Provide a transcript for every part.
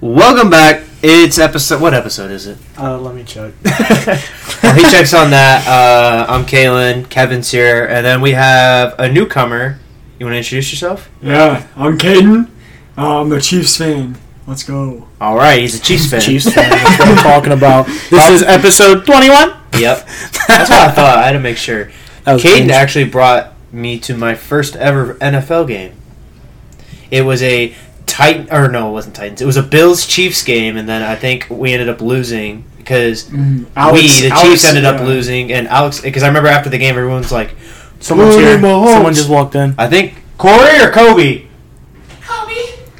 Welcome back. It's episode. What episode is it? Uh, let me check. Well, he checks on that. Uh, I'm Kalen. Kevin's here, and then we have a newcomer. You want to introduce yourself? Yeah, I'm Caden. Uh, I'm a Chiefs fan. Let's go. All right, he's a Chiefs fan. Chiefs fan. That's what I'm talking about. This is episode 21. Yep, that's what I thought. I had to make sure. That was Caden cringe. actually brought me to my first ever NFL game. It was a Titan, or no, it wasn't Titans. It was a Bills Chiefs game, and then I think we ended up losing because Mm. we, the Chiefs, ended up uh, yeah. losing. And Alex, because I remember after the game, everyone's like, Someone's Holy here. Mahomes. Someone just walked in. "I think Corey or Kobe."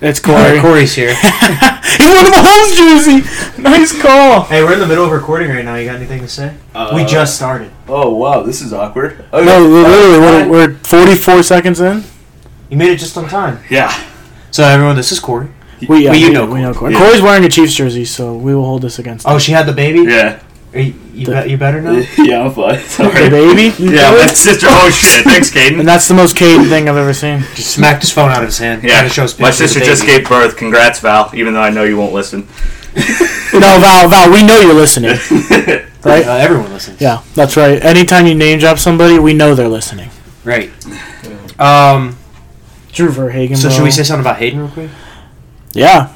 It's Corey. Corey. Corey's here. he wore the Mahomes jersey. Nice call. hey, we're in the middle of recording right now. You got anything to say? we just started. Oh wow, this is awkward. Okay. No, literally, we're, we're 44 seconds in. You made it just on time. Yeah. So everyone, this is Corey. We, Well, you we- know we know Corey. Yeah. Corey's wearing a Chiefs jersey, so we will hold this against him. Oh, she had the baby. Yeah. Are you, you, bet you better know. Yeah, I'm fine. The Sorry. baby? You Yeah, do my it? sister. Oh shit! Thanks, And Caden. that's the most Caden thing I've ever seen. Just smacked his phone out of his hand. Yeah. Kinda shows My pictures sister of just baby. gave birth. Congrats, Val. Even though I know you won't listen. No, Val, Val, we know you're listening, right? Uh, everyone listens. Yeah, that's right. Anytime you name drop somebody, we know they're listening. Right. Um. Drew Verhagen. So should we say something about Hayden real quick? Yeah,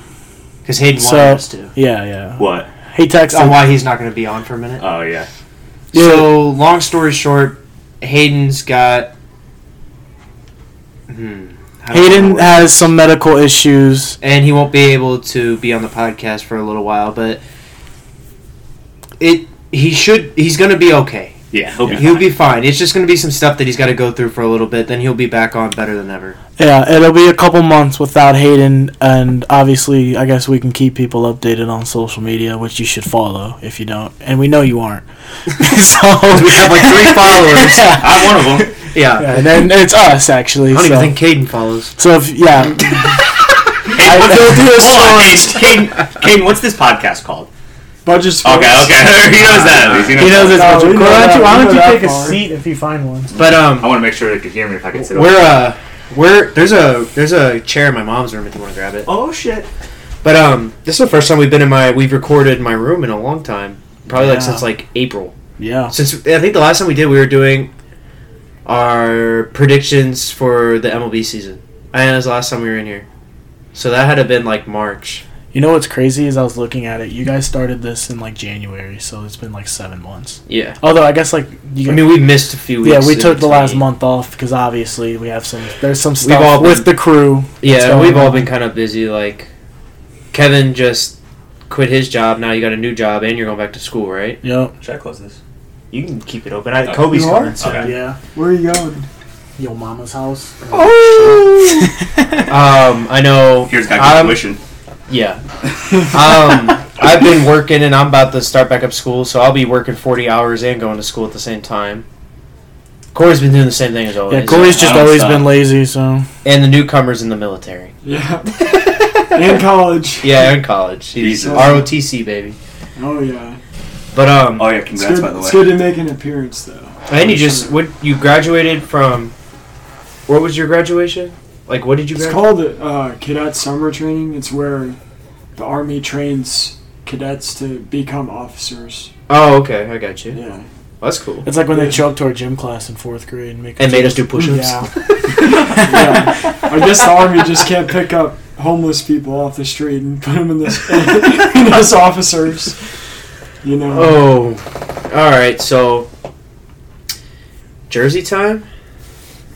Because Hayden So- wanted us to. yeah, yeah. what? Hey, Texas. On why he's not going to be on for a minute. Oh yeah. Yeah. So long story short, Hayden's got. Hmm, I don't Hayden know. has some medical issues. and he won't be able to be on the podcast for a little while, but it he should he's going to be okay. Yeah. He'll be. He'll be fine. It's just going to be some stuff that he's got to go through for a little bit. Then he'll be back on better than ever. Yeah, it'll be a couple months without Hayden, and obviously, I guess we can keep people updated on social media, which you should follow if you don't, and we know you aren't. so We have like three followers. Yeah. I'm one of them. Yeah, Yeah, and then it's us actually. I don't so. even think Caden follows. so. If, yeah, Hold on, Caden. Caden. Caden, what's this podcast called? Budget's Okay, okay. he knows that. At least. he knows this. Oh, but we you- know Why don't that- you, why we don't know you that take a far. seat if you find one? But um, I want to make sure they could hear me if I could sit. We're uh we're there's a there's a chair in my mom's room if you want to grab it. Oh shit. But um this is the first time we've been in my we've recorded in my room in a long time. Probably like Yeah. since like April. Yeah. Since I think the last time we did we were doing our predictions for the MLB season. And it was the last time we were in here. So that had to been like March. You know what's crazy is I was looking at it. You guys started this in like January, so it's been like seven months. Yeah. Although I guess like you I mean we missed a few weeks. yeah, we in took the last between. month off because obviously we have some. There's some We've all stuff with the crew. that's Yeah, going we've all on. been kind of busy like Kevin just quit his job, now you got a new job and you're going back to school, right? Yep. Should I close this? You can keep it open. I, Okay. Kobe's You coming. are? soon. Uh, Okay. Yeah. Where are you going? Your mama's house. Oh, Um, I know. Here's got good I'm- tuition. Yeah. Um, I've been working and I'm about to start back up school, so I'll be working 40 hours and going to school at the same time. Corey's been doing the same thing as always. yeah, Corey's I just don't always stop. been lazy, so and the newcomers in the military. Yeah. In college. Yeah, in college. He's Jesus. ROTC baby. Oh yeah. But um, Oh yeah, It's congrats good, by the it's way. good to make an appearance though. and you just what you graduated from? What was your graduation? Like, what did you It's graduate? called uh, cadet summer training. It's where the army trains cadets to become officers. Oh, okay, I got you. Yeah. Well, that's cool. it's like when they choked our gym class in fourth grade and make And made us do push-ups. Yeah. yeah. I guess the army just can't pick up homeless people off the street and put them in this in this officers. You know. Oh, all right. So, Jersey time.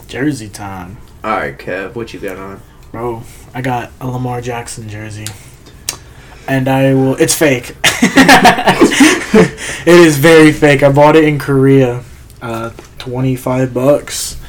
Jersey time, All right, Kev, what you got on? bro. I got a Lamar Jackson jersey, and I will. It's fake. it is very fake. I bought it in Korea, uh, twenty five bucks,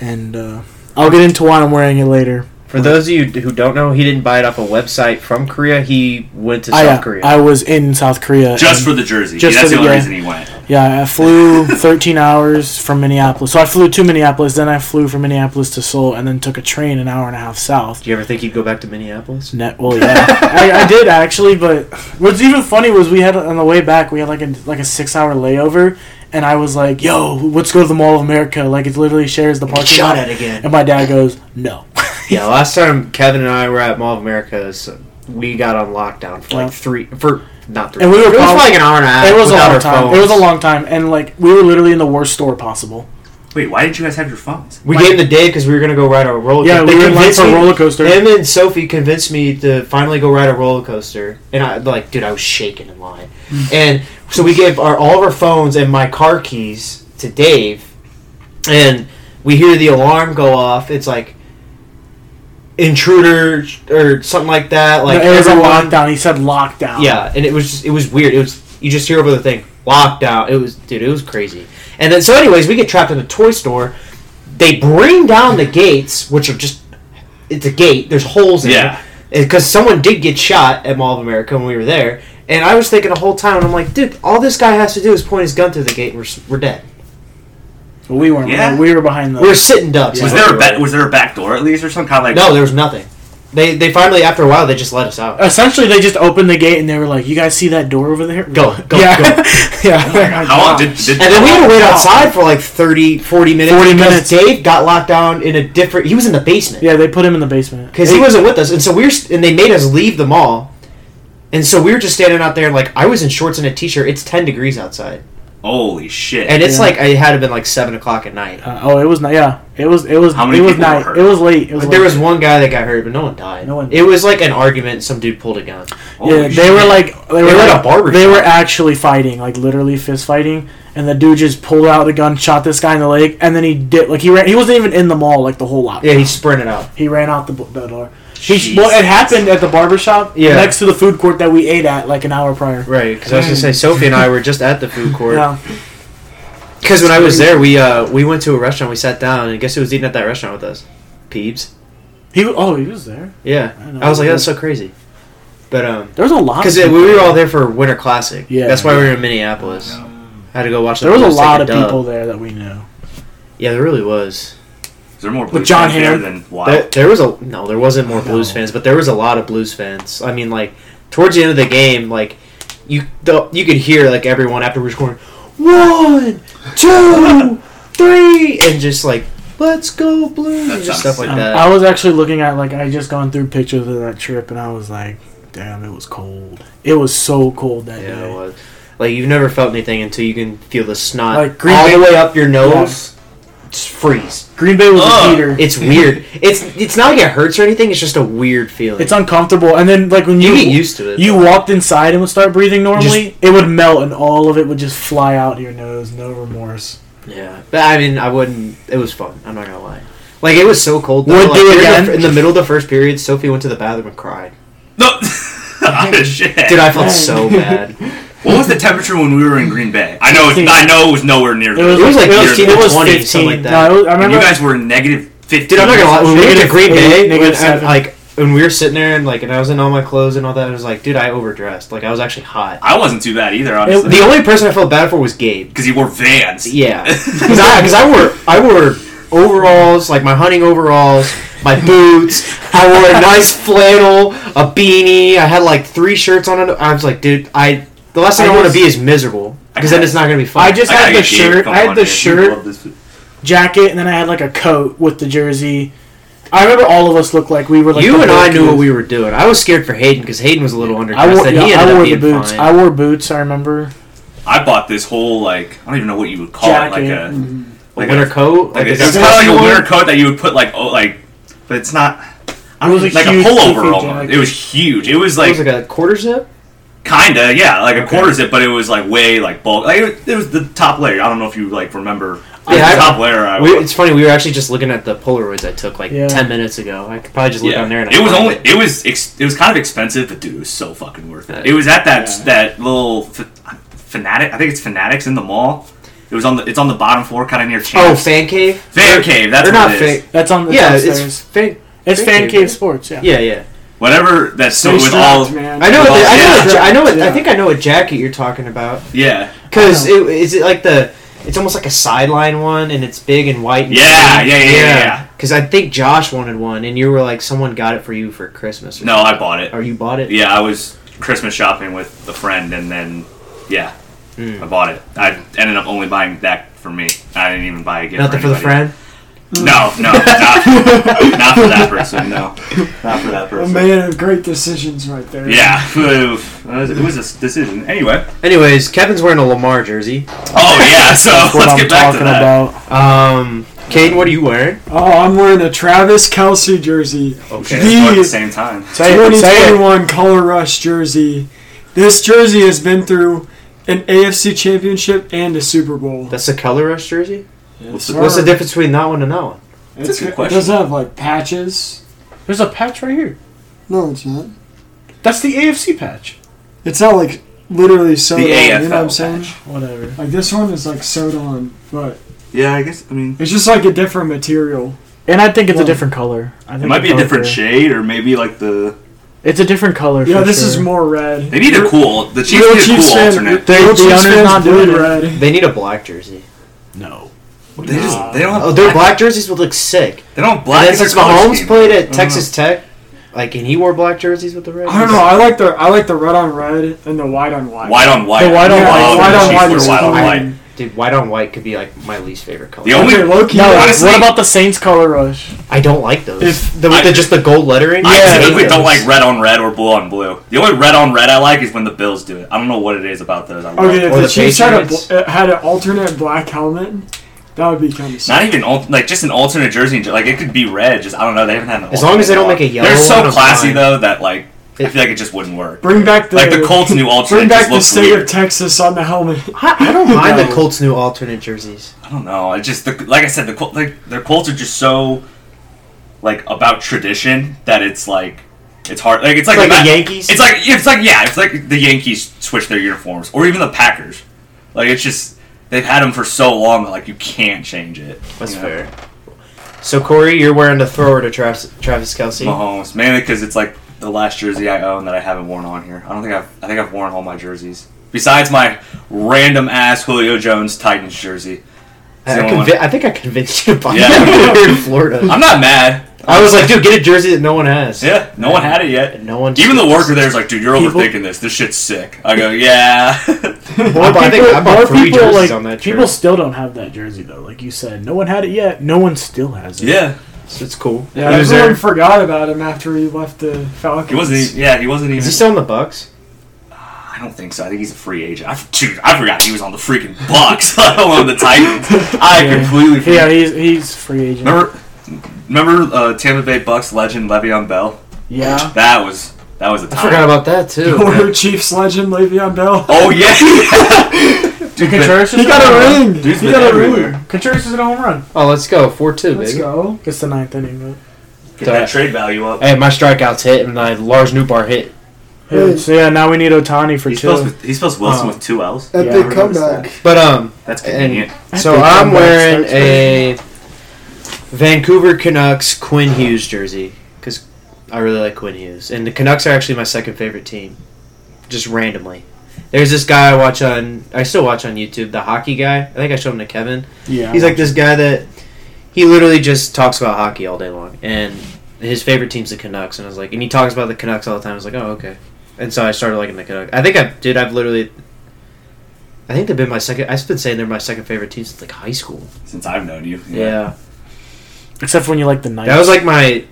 and uh, I'll get into why I'm wearing it later. For those of you who don't know, he didn't buy it off a website from Korea. He went to I, South uh, Korea. I was in South Korea. Just and- for the jersey. Um, Just That's for the the- only yeah. reason he went. Yeah, I flew 13 hours from Minneapolis. So I flew to Minneapolis, then I flew from Minneapolis to Seoul, and then took a train an hour and a half south. Do you ever think he'd go back to Minneapolis? Net, well, yeah, I, I did actually. But what's even funny was we had on the way back, we had like a like a six hour layover, and I was like, "Yo, let's go to the Mall of America." Like it literally shares the parking lot. again. And my dad goes, "No." Yeah, last time Kevin and I were at Mall of America, we got on lockdown for Yeah. like three for not three. And we were it was prob- for like an hour and a half. It was a without long our time. phones. It was a long time, and like we were literally in the worst store possible. Wait, why didn't you guys have your phones? We gave him the day because we were gonna go ride a roller. Yeah, they we were in line convinced for a me- roller coaster. Him and Sophie convinced me to finally go ride a roller coaster, and I like, dude, I was shaking in line, Hmm. and so we gave our all of our phones and my car keys to Dave, and we hear the alarm go off. It's like intruder or something like that. Like Like it was a everyone- lockdown. He said lockdown. yeah, and it was just, it was weird. It was you just hear over the thing lockdown. It was dude, it was crazy. And then so, anyways, we get trapped in a toy store. They bring down the gates, which are just it's a gate. There's holes in Yeah. it because someone did get shot at Mall of America when we were there. And I was thinking the whole time, I'm like, dude, all this guy has to do is point his gun through the gate, and we're, s- we're dead. But we weren't. Yeah. We were behind the. We're sitting ducks. Yeah. Was there a ba- was there a back door at least or some kind of like no? There was nothing. They they finally after a while they just let us out. Essentially, they just opened the gate and they were like, "You guys see that door over there? Go, go, yeah, go. yeah." how long did, did And then we had to wait outside for like 30, 40 minutes. 40 because minutes. Dave got locked down in a different. He was in the basement. yeah, they put him in the basement because he wasn't with us, and so we were, st- and they made us leave the mall, and so we were just standing out there like I was in shorts and a t-shirt. It's ten degrees outside, Holy shit! and it's Yeah. like it had been like seven o'clock at night. Uh, oh, it was not. Yeah, it was. It was. How many it was people were night. hurt? It was late. It was. But there late. was one guy that got hurt, but no one died. No one- It was like an argument. and Some dude pulled a gun. Holy Yeah, they shit. were like they were were at like a barber They shop. were actually fighting, like literally fist fighting, and the dude just pulled out the gun, shot this guy in the leg, and then he did like he ran. He wasn't even in the mall like the whole lot. Yeah, he sprinted out. He ran out the, bu- the door. He, well, it happened at the barber shop Yeah. next to the food court that we ate at like an hour prior. Right, because I was gonna say Sophie and I were just at the food court. Yeah, Because when I was there, we uh we went to a restaurant, we sat down, and guess who was eating at that restaurant with us? Peebs. he wa- oh he was there. Yeah, I know. I, was like, that's so crazy. But um, There was a lot. because of we people. were all there for Winter Classic. Yeah. Yeah, that's why we were in Minneapolis. Had to go watch. the There was a Blues take lot of dub. people there that we knew. Yeah, there really was. Is there more With blues John fans there Hamm. than There, wild? there was a no, there wasn't more Blues No. fans, but there was a lot of Blues fans. I mean, like towards the end of the game, like you the, you could hear like everyone after we were scoring one, two, three, and just like let's go Blues, That and just sounds- stuff like Um, that. I was actually looking at like I just gone through pictures of that trip, and I was like, damn, it was cold. It was so cold that yeah, day. it was. Like you've never felt anything until you can feel the snot Like, Green all Bay- the way up your nose. Just freeze. Green Bay was a Ugh. heater. It's weird. it's it's not like it hurts or anything. It's just a weird feeling. It's uncomfortable, and then like when you you get used to it. you though. walked inside and would start breathing normally, it would melt, and all of it would just fly out your nose. No remorse. yeah. But I mean, I wouldn't. It was fun. I'm not gonna lie. Like it was so cold. Though. Would like, do during the again? fir- in the middle of the first period. Sophie went to the bathroom and cried. No, Oh, shit. Dude, I felt so bad. What was the temperature when we were in Green Bay? I know, it, 15. I know, it was nowhere near. It was, It was like like it was, 15 it to was 20, something 15. like that. No, it was, I And remember. you guys were negative fifteen. Dude, I'm not gonna lie. When we went to Negative Green eight, Bay, when, negative seven. I, like when we were sitting there and like and I was in all my clothes and all that, I was like, dude, I overdressed. Like I was actually hot. I wasn't too bad either, The honestly, only person I felt bad for was Gabe. because he wore Vans. Yeah, because I, 'cause I wore I wore overalls, like my hunting overalls, my boots. I wore a nice flannel, a beanie. I had like three shirts on. It. I was like, dude, I the last thing I I, want to just- be is miserable because then it's not gonna be fun. I just- I had gotta the get shaved shirt- come I had on, the dude. shirt. You love this- jacket, and then I had like a coat with the jersey. I remember all of us looked like we were like you the and I poor knew what kids. we were doing. I was scared for Hayden because Hayden was a little underdressed. I wore, and yeah, he ended I up wore the being boots. fine. I wore boots. I remember. I bought this whole like I don't even know what you would call it, like Jacket. Mm-hmm. a like a winter a, coat. Like Like, a, it's a- kind of like a one? winter coat that you would put like oh like, but it's not. I It don't was like a huge a two-feet pullover almost. jacket. It was huge. It was it like was like a quarter zip. Kinda, yeah, like a quarter zip, but it was like way like bulk. Like it, it was the top layer. I don't know if you like remember. Oh, Yeah, the I- top layer. I We, it's funny. We were actually just looking at the Polaroids I took like Yeah. ten minutes ago. I could probably just look yeah. on there. And it was find only. It was. Ex, it was kind of expensive, but dude, it was so fucking worth it. Yeah. It was at that Yeah. that little f- fanatic. I think it's fanatics in the mall. It was on the. It's on the bottom floor, kind of near. Oh, Champs. fan cave. Fan cave. That's They're what not it is. fan. That's on the Yeah, downstairs. it's It's, fan. Fan Cave. Cave Sports. Yeah. Yeah, yeah. Whatever. That's so with all. strapped, man. I know. What Well, the, I know. yeah. What, ja- I know. What, I Yeah. think I know what jacket you're talking about. Yeah. Because I it, is it like the? It's almost like a sideline one, and it's big and white. And Yeah. Yeah. Yeah. Yeah. yeah. Because I think Josh wanted one, and you were like, someone got it for you for Christmas. Or No, I bought it. Or you bought it. Yeah, I was Christmas shopping with a friend, and then yeah, Mm. I bought it. I ended up only buying that for me. I didn't even buy a gift. Nothing for the anybody. friend. No, no, not, not for that person. No, not for that A person. man of great decisions, right there. Yeah, Oof. Uh, it was a s- decision. Anyway. Anyways, Kevin's wearing a Lamar jersey. Oh yeah, so That's what let's I'm get back to talking that. about. Um, Caden, what are you wearing? Oh, I'm wearing a Travis Kelsey jersey. Okay, The- let's go at the same time. Say it, say it. 2021 Color Rush jersey. This jersey has been through an AFC Championship and a Super Bowl. That's a Color Rush jersey. What's the- What's the difference between that one and that one? That's a good it question. does have like patches. There's a patch right here. No, it's not. That's the AFC patch. It's not like literally sewed The on. you know AFL what I'm saying? patch. Whatever. Like this one is like sewed on, but Yeah, I guess. I mean, it's just like a different material. And I think it's Well, a different color. I think it might be a it's different darker. shade, or maybe like the. It's a different color. Yeah, for this is sure. more red. They need a Real- cool. The Chiefs real need a cool Chiefs fan- alternate. They- real the Chiefs owner's fans not doing bleed it. red. They need a black jersey. No. They just they don't. Have Oh, their black jerseys would look sick. They don't have And black. then in their since color Mahomes scheme. Mm-hmm. played I at don't Texas Tech, like, and he wore black jerseys with the red. I don't know. I like the I like the red on red and the white on know. white. White on white. The white on I Yeah, white. love white the on Chiefs white wear is white on fine. white. Dude, white on white could be like my least favorite color. The only Okay, uh, low key. No, Honestly- what about the Saints color rush? I don't like those. If- the, with I- the, just the gold lettering. I Yeah, typically hate don't those. like red on red or blue on blue. The only red on red I like is when the Bills do it. I don't know what it is about those. I love Okay, it. if Or the, the Chiefs had a Patriots. bl- uh, had an alternate black helmet, that would be kind of Not even al- like just an alternate jersey. Like it could be red. Just I don't know. They haven't had an As long as they don't make alternate a in while. yellow one, They're so I'm classy fine. though that like I It- feel like it just wouldn't work. Bring back the Like the Colts new alternate Bring back just the looks state weird. of Texas on the helmet. I, I don't mind No. the Colts' new alternate jerseys. I don't know. It just the, like I said, the Col- like their Colts are just so like about tradition that it's like it's hard. Like it's like, Like the Ma- Yankees? It's like it's like yeah. It's like the Yankees switch their uniforms, or even the Packers. Like it's just they've had them for so long that like you can't change it. That's you know? fair. So Corey, you're wearing the thrower to Travis, Travis Kelsey. Mahomes mainly because it's like the last jersey I own that I haven't worn on here. I don't think I've I think I've worn all my jerseys besides my random ass Julio Jones Titans jersey. I, It's the only convi- I think I convinced you to buy Yeah. it here in one. Florida. I'm not mad. I was like, dude, get a jersey that no one has. Yeah, no one had it yet. And no one. Even the worker there's like, dude, you're People- overthinking this. This shit's sick. I go, yeah. Or Oh, I think I bought three jerseys on that people trip. still don't have that jersey though. Like you said, no one had it yet. No one still has it. yeah. So it's cool. Yeah, He was there. everyone forgot about him after he left the Falcons. He wasn't. e- Yeah, he wasn't even. Is he still in the Bucks? I don't think so. I think he's a free agent. I, dude, I forgot he was on the freaking Bucks, let alone the Titans. I Yeah. completely. Forgot. Yeah, he's he's free agent. Remember, remember uh, Tampa Bay Bucks legend Le'Veon Bell. Yeah. That was that was a time. I forgot about that too. Former Chiefs legend Le'Veon Bell. Oh yeah. dude, but, Contreras He is got a a home run. ring. dude's He been got a everywhere. ring. Contreras is a home run. Oh, let's go four two, Let's baby. go. It's the ninth inning. But... Get that trade value up. Hey, my strikeouts hit and I Lars Newbar hit. Hey. Yeah, so yeah, now we need Otani for He two. spells, he spells Wilson Oh. with two L's. Epic Yeah, comeback. But um, That's and convenient. so Epic I'm comeback wearing starts a Vancouver Canucks Quinn Hughes jersey because I really like Quinn Hughes, and the Canucks are actually my second favorite team, just randomly. There's this guy I watch on, I still watch on YouTube, the hockey guy. I think I showed him to Kevin. Yeah. He's like this guy that he literally just talks about hockey all day long, and his favorite team's the Canucks. And I was like, and he talks about the Canucks all the time. I was like, oh okay. And so I started liking the Canucks. I think I did. I've literally, I think they've been my second. I've been saying they're my second favorite team since like high school. Since I've known you. Except for when you like the ninth. that was like my.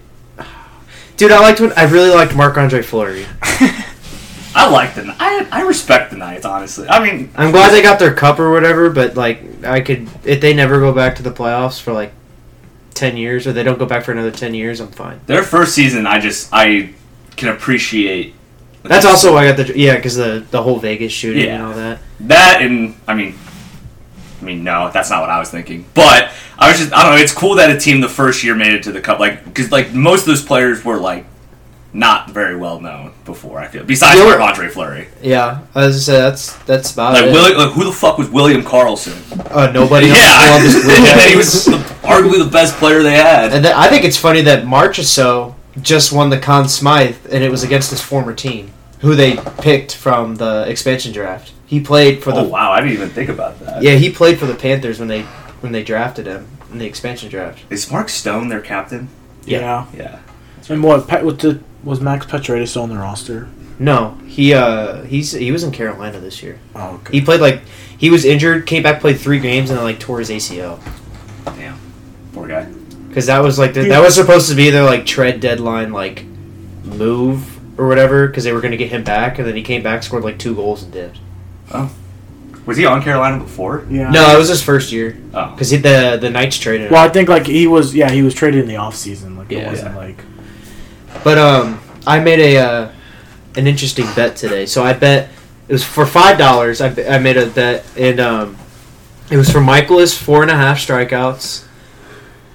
Dude, I liked when I really liked Marc Andre Fleury. I like the. I I respect the Knights. Honestly, I mean, I'm glad they got their cup or whatever, but like I could if they never go back to the playoffs for like ten years or they don't go back for another ten years, I'm fine. their first season. I just I can appreciate. That's also why I got the yeah, because the the whole Vegas shooting and Yeah. all that. that, and I mean, I mean, no, that's not what I was thinking. But I was just, I don't know. It's cool that a team the first year made it to the cup, like because like most of those players were like not very well known before. I feel besides They were- Oh, for Andre Fleury, Yeah, I was gonna say that's that's about like it. Willi- like who the fuck was William Carlson? uh, nobody else. yeah, Yeah, this and then he was the, arguably the best player they had. and then, I think it's funny that Marchessault just won the Conn Smythe, and it was against his former team, who they picked from the expansion draft. He played for the Oh wow, I didn't even think about that. yeah he played for the Panthers when they when they drafted him in the expansion draft. Is Mark Stone their captain? yeah. Yeah. And what? Pat, what the, was Max Pacioretty still on the roster? No, he uh he's he was in Carolina this year. Oh, okay. He played like he was injured, came back, played three games, and then like tore his ACL. Damn. Poor guy. because that was like the, that was supposed to be their like tread deadline like move or whatever because they were going to get him back and then he came back scored like two goals and dipped. Was he on Carolina before? Yeah. No, it was his first year Oh. because the the Knights traded. him. Well, I think like he was yeah he was traded in the off season like it Yeah. wasn't like But um, I made a uh, an interesting bet today. So I bet it was for five dollars. I, bet- I made a bet, and um, it was for Michaelis four and a half strikeouts,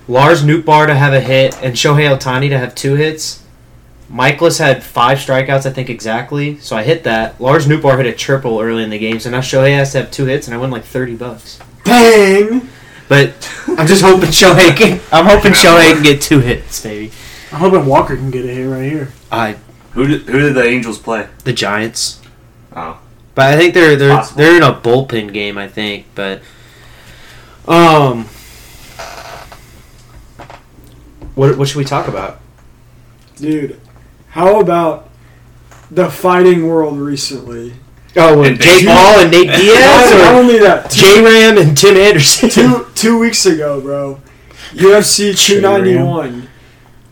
Lars Nootbaar to have a hit, and Shohei Otani to have two hits. Michaelis had five strikeouts, I think exactly. So I hit that. Lars Nootbaar hit a triple early in the game, so now Shohei has to have two hits, and I won like thirty bucks. Bang! But I'm just hoping Shohei can. I'm hoping Shohei can get two hits, baby. I'm hoping Walker can get a hit right here. I Who did, who did the Angels play? the Giants. Oh. But I think they're they're Possible. they're in a bullpen game. I think, but um, what what should we talk about? Dude, how about the fighting world recently? Oh, with And Jake Jake Jake- Ball and Nate Not Diaz, only that, or J Ram and Tim Anderson. two two weeks ago, bro. UFC two ninety one.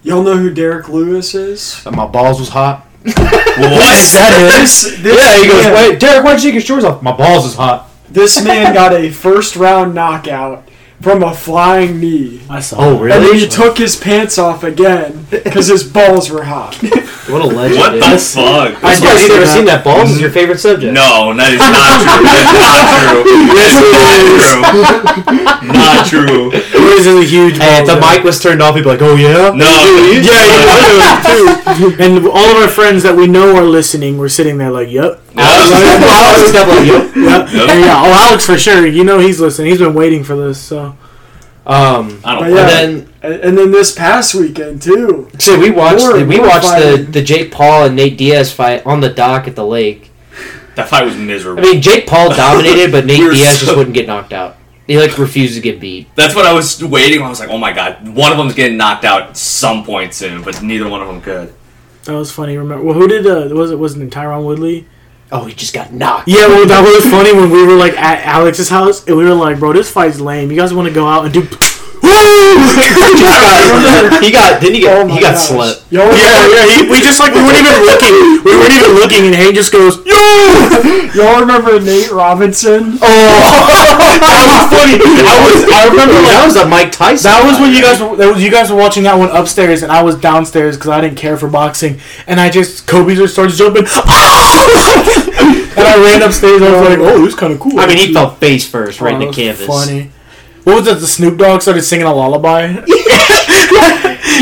Y'all know who Derek Lewis is? My balls was hot. What? That is. This, this Yeah, he goes. man, Wait, Derek, why'd you take your shorts off? My balls is hot. This man got a first round knockout from a flying knee. I saw. Oh, that. really? And then he took his pants off again because his balls were hot. What a legend! What the That's- fuck? I I suppose did see you've never that. seen that. Balls is your favorite subject. No, that is not true. That's not true. Not true. It was a huge. And if the ball, yeah. mic was turned off, he'd be like, "Oh yeah." No. Yeah, yeah, yeah. and all of our friends that we know are listening. We're sitting there like, yep. I was "Oh, definitely "Yup." Yep. And yeah, oh, Alex for sure. You know he's listening. He's been waiting for this. So Um, But I don't and yeah. know. then And, and then this past weekend too. So we watched More- the, we more watched the, fighting. the Jake Paul and Nate Diaz fight on the dock at the lake. That fight was I miserable. mean, Jake Paul dominated, but Nate We were Diaz so- just wouldn't get knocked out. He like refused to get beat. That's what I was waiting. I was like, oh my god, one of them's getting knocked out at some point soon, but neither one of them could. that was funny. Remember? Well, who did? Uh, was it? Wasn't it Tyron Woodley? Oh, he just got knocked. Yeah. Well, that was funny when we were like at Alex's house and we were like, bro, this fight's lame. You guys want to go out and do? he got then he got Oh my he got gosh. slept. Y'all remember, He, we just like we weren't even looking. We weren't even looking, and Hay just goes, "Yo!" y'all remember Nate Robinson? Oh, that was funny. I was I remember that was a Mike Tyson. That was fight. when you guys were, that was, you guys were watching that one upstairs, and I was downstairs because I didn't care for boxing, and I just Kobe just starts jumping, "Ah!" and I ran upstairs. I was like, "Oh, this kind of cool." I mean, he fell face first right Oh, in that the was canvas. Funny. What was that? The Snoop Dogg started singing a lullaby.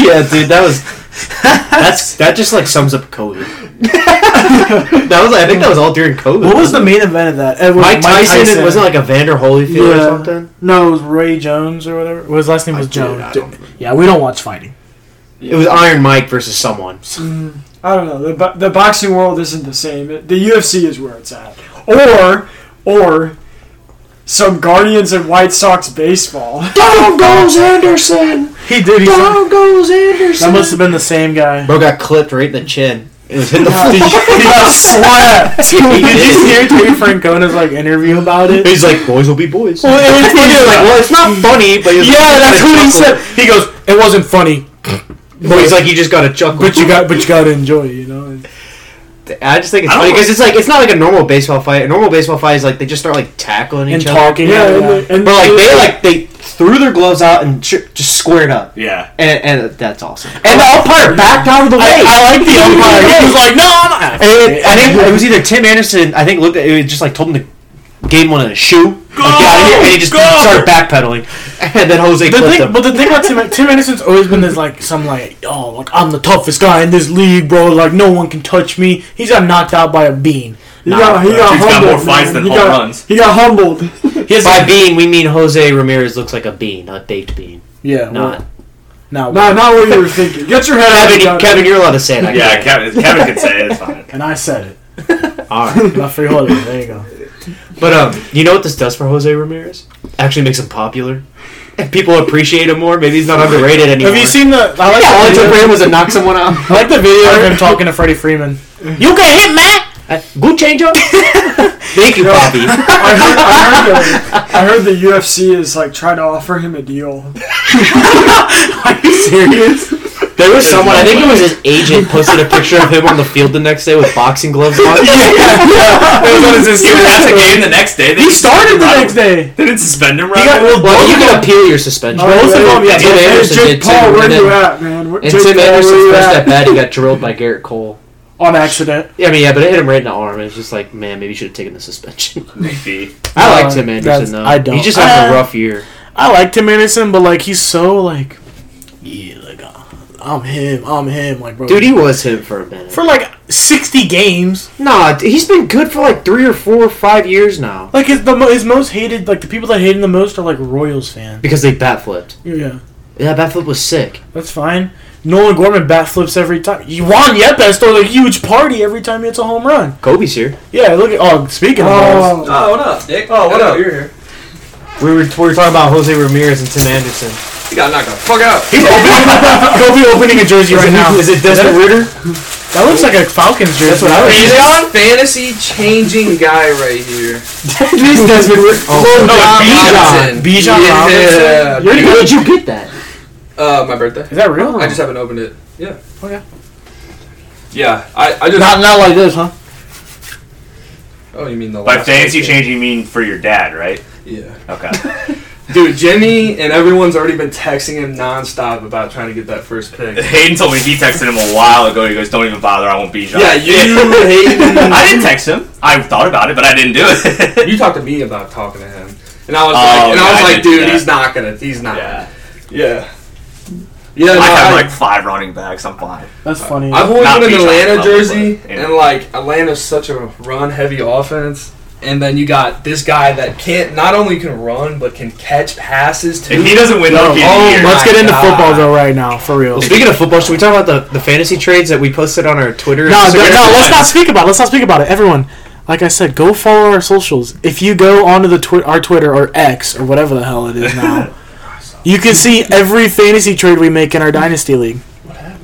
Yeah, dude, that was that's that just like sums up COVID. that was I think that was all during COVID. What was wasn't the main event of that? It was Mike Tyson, wasn't it like a Vander Holyfield or Yeah. something. no, it was Ray Jones or whatever. Well, his last name was Dude, I Jones. don't- Yeah, we don't watch fighting. It was Iron Mike versus someone. I don't know. The, bo- the boxing world isn't the same. It- The UFC is where it's at. Or, or some Guardians and White Sox baseball. Down goes Anderson. He did. He goes that Anderson. must have been the same guy. Bro got clipped right in the chin. It was hit the floor. he got slapped. He Did you did. hear Terry Francona's like interview about it? He's like, boys will be boys. Well, it was funny, He's like, like, well, it's not funny, but he's yeah, like, you that's gotta what he said. chuckle. He goes, "It wasn't funny, But he's like, you just gotta chuckle. but you got, but you got to enjoy, it, you know." I just think it's I don't funny because know. it's like it's not like a normal baseball fight. A normal baseball fight is like they just start like tackling And each other. talking, yeah, and yeah. the- and But like the- they like they threw their gloves out and ch- just squared up, Yeah. and, and that's awesome. and the umpire backed out of the way. I- I like the umpire. He was like, "No, I'm not." And I think it was either Tim Anderson. I think looked at it just like told him to gave him one of the shoe. Like, get out of here, and he just Go! Go! started backpedaling, and then Jose the clipped thing, him. but the thing about Tim, Tim Anderson's always been this like some like oh like I'm the toughest guy in this league, bro. Like no one can touch me. He's got knocked out by a bean. he got, he got Dude's got humbled. more man. fights than he home got, runs. He got humbled. He has By bean, we mean Jose Ramirez looks like a bean, not baked bean. yeah, Not no, no, not what you were thinking. Get your head Kevin. out. you- Kevin, you're allowed to say it. I Yeah, can't. Kevin, Kevin can say it. It's fine. And I said All right. it. La frijoles. There you go. But um, you know what this does for Jose Ramirez? Actually, makes him popular. And people appreciate him more. Maybe he's not underrated anymore. Have you seen the? I like Yeah, all the it took video. for him was to knock someone out. I like the video of him talking to Freddie Freeman. Uh, you get hit, Matt. Good change up. Thank you, Bobby. I heard, I, heard the, I heard the UFC is like trying to offer him a deal. Are you serious? There was There's someone, no I think it way. was his agent, posted a picture of him on the field the next day with boxing gloves on. He was at the game the next day. They He started the suspended next day. him. They didn't suspend him You right got, away. well, you can appeal your suspension. Oh, Both of them, yeah. And Tim Hey, Anderson Jake did too. Paul, where and you then- at, man? Where- and Jake Tim Paul, where Anderson's you best at? at bat, he got drilled by Garrett Cole. On accident. Yeah, I mean, yeah, but it hit him right in the arm. It's just like, man, maybe you should have taken the suspension. Maybe. I Uh, like Tim that's- Anderson though. I don't. He just had Uh, a rough year. I like Tim Anderson, but like he's so like, yeah, like uh, I'm him, I'm him, like bro. Dude, he was him for a minute. for like 60 games, nah, d- he's been good for like three or four or five years now like his the mo- his most hated, like the people that hate him the most are like Royals fans. because they bat flipped. Yeah, Yeah, bat flip was sick. that's fine. Nolan Gorman bat flips every time. Juan Yepes throws a huge party every time he hits a home run. Kobe's here. Yeah, look at oh, speaking of. Oh, balls, Oh, what up, Dick? Oh, what Hello, up? You're here. We were, we were talking about Jose Ramirez and Tim Anderson. You got knocked the fuck out. He's opening, Kobe opening a jersey right now. Is it Desmond Ritter? That looks like a Falcons That's jersey. what I was- He's a fantasy changing guy right here. it is Desmond Ritter. Oh, no, Bijan. Bijan Yeah. Robinson. Where did you get that? Uh, my birthday. Is that real? I just haven't opened it. Yeah. Oh, yeah. Yeah. I, I just. not not like this, huh? oh, you mean the By last fancy one. change, you mean for your dad, right? Yeah. Okay. Dude, Jimmy and everyone's already been texting him nonstop about trying to get that first pick. Hayden told me he texted him a while ago. He goes, "Don't even bother. I won't be Bijan." Yeah, you, Hayden. I didn't text him. I thought about it, but I didn't do it. You talked to me about talking to him, and I was Oh, like, and I yeah, was I did like, do dude, that. he's not gonna, he's not. yeah. Yeah. Yeah. no, I have I- like five running backs. I'm fine. That's funny. I've always Not been an Bijan, Atlanta probably, jersey, but- and like Atlanta's such a run-heavy offense, and then you got this guy that can't not only can run but can catch passes too. If he doesn't win no. rookie of the oh, year, let's get into God. football though right now, for real. Well, speaking of football, should we talk about the, the fantasy trades that we posted on our Twitter? and No, no, Instagram? no, let's not speak about. It. Let's not speak about it. Everyone, like I said, go follow our socials. If you go onto the twi- our Twitter or X or whatever the hell it is now, you can see every fantasy trade we make in our dynasty league.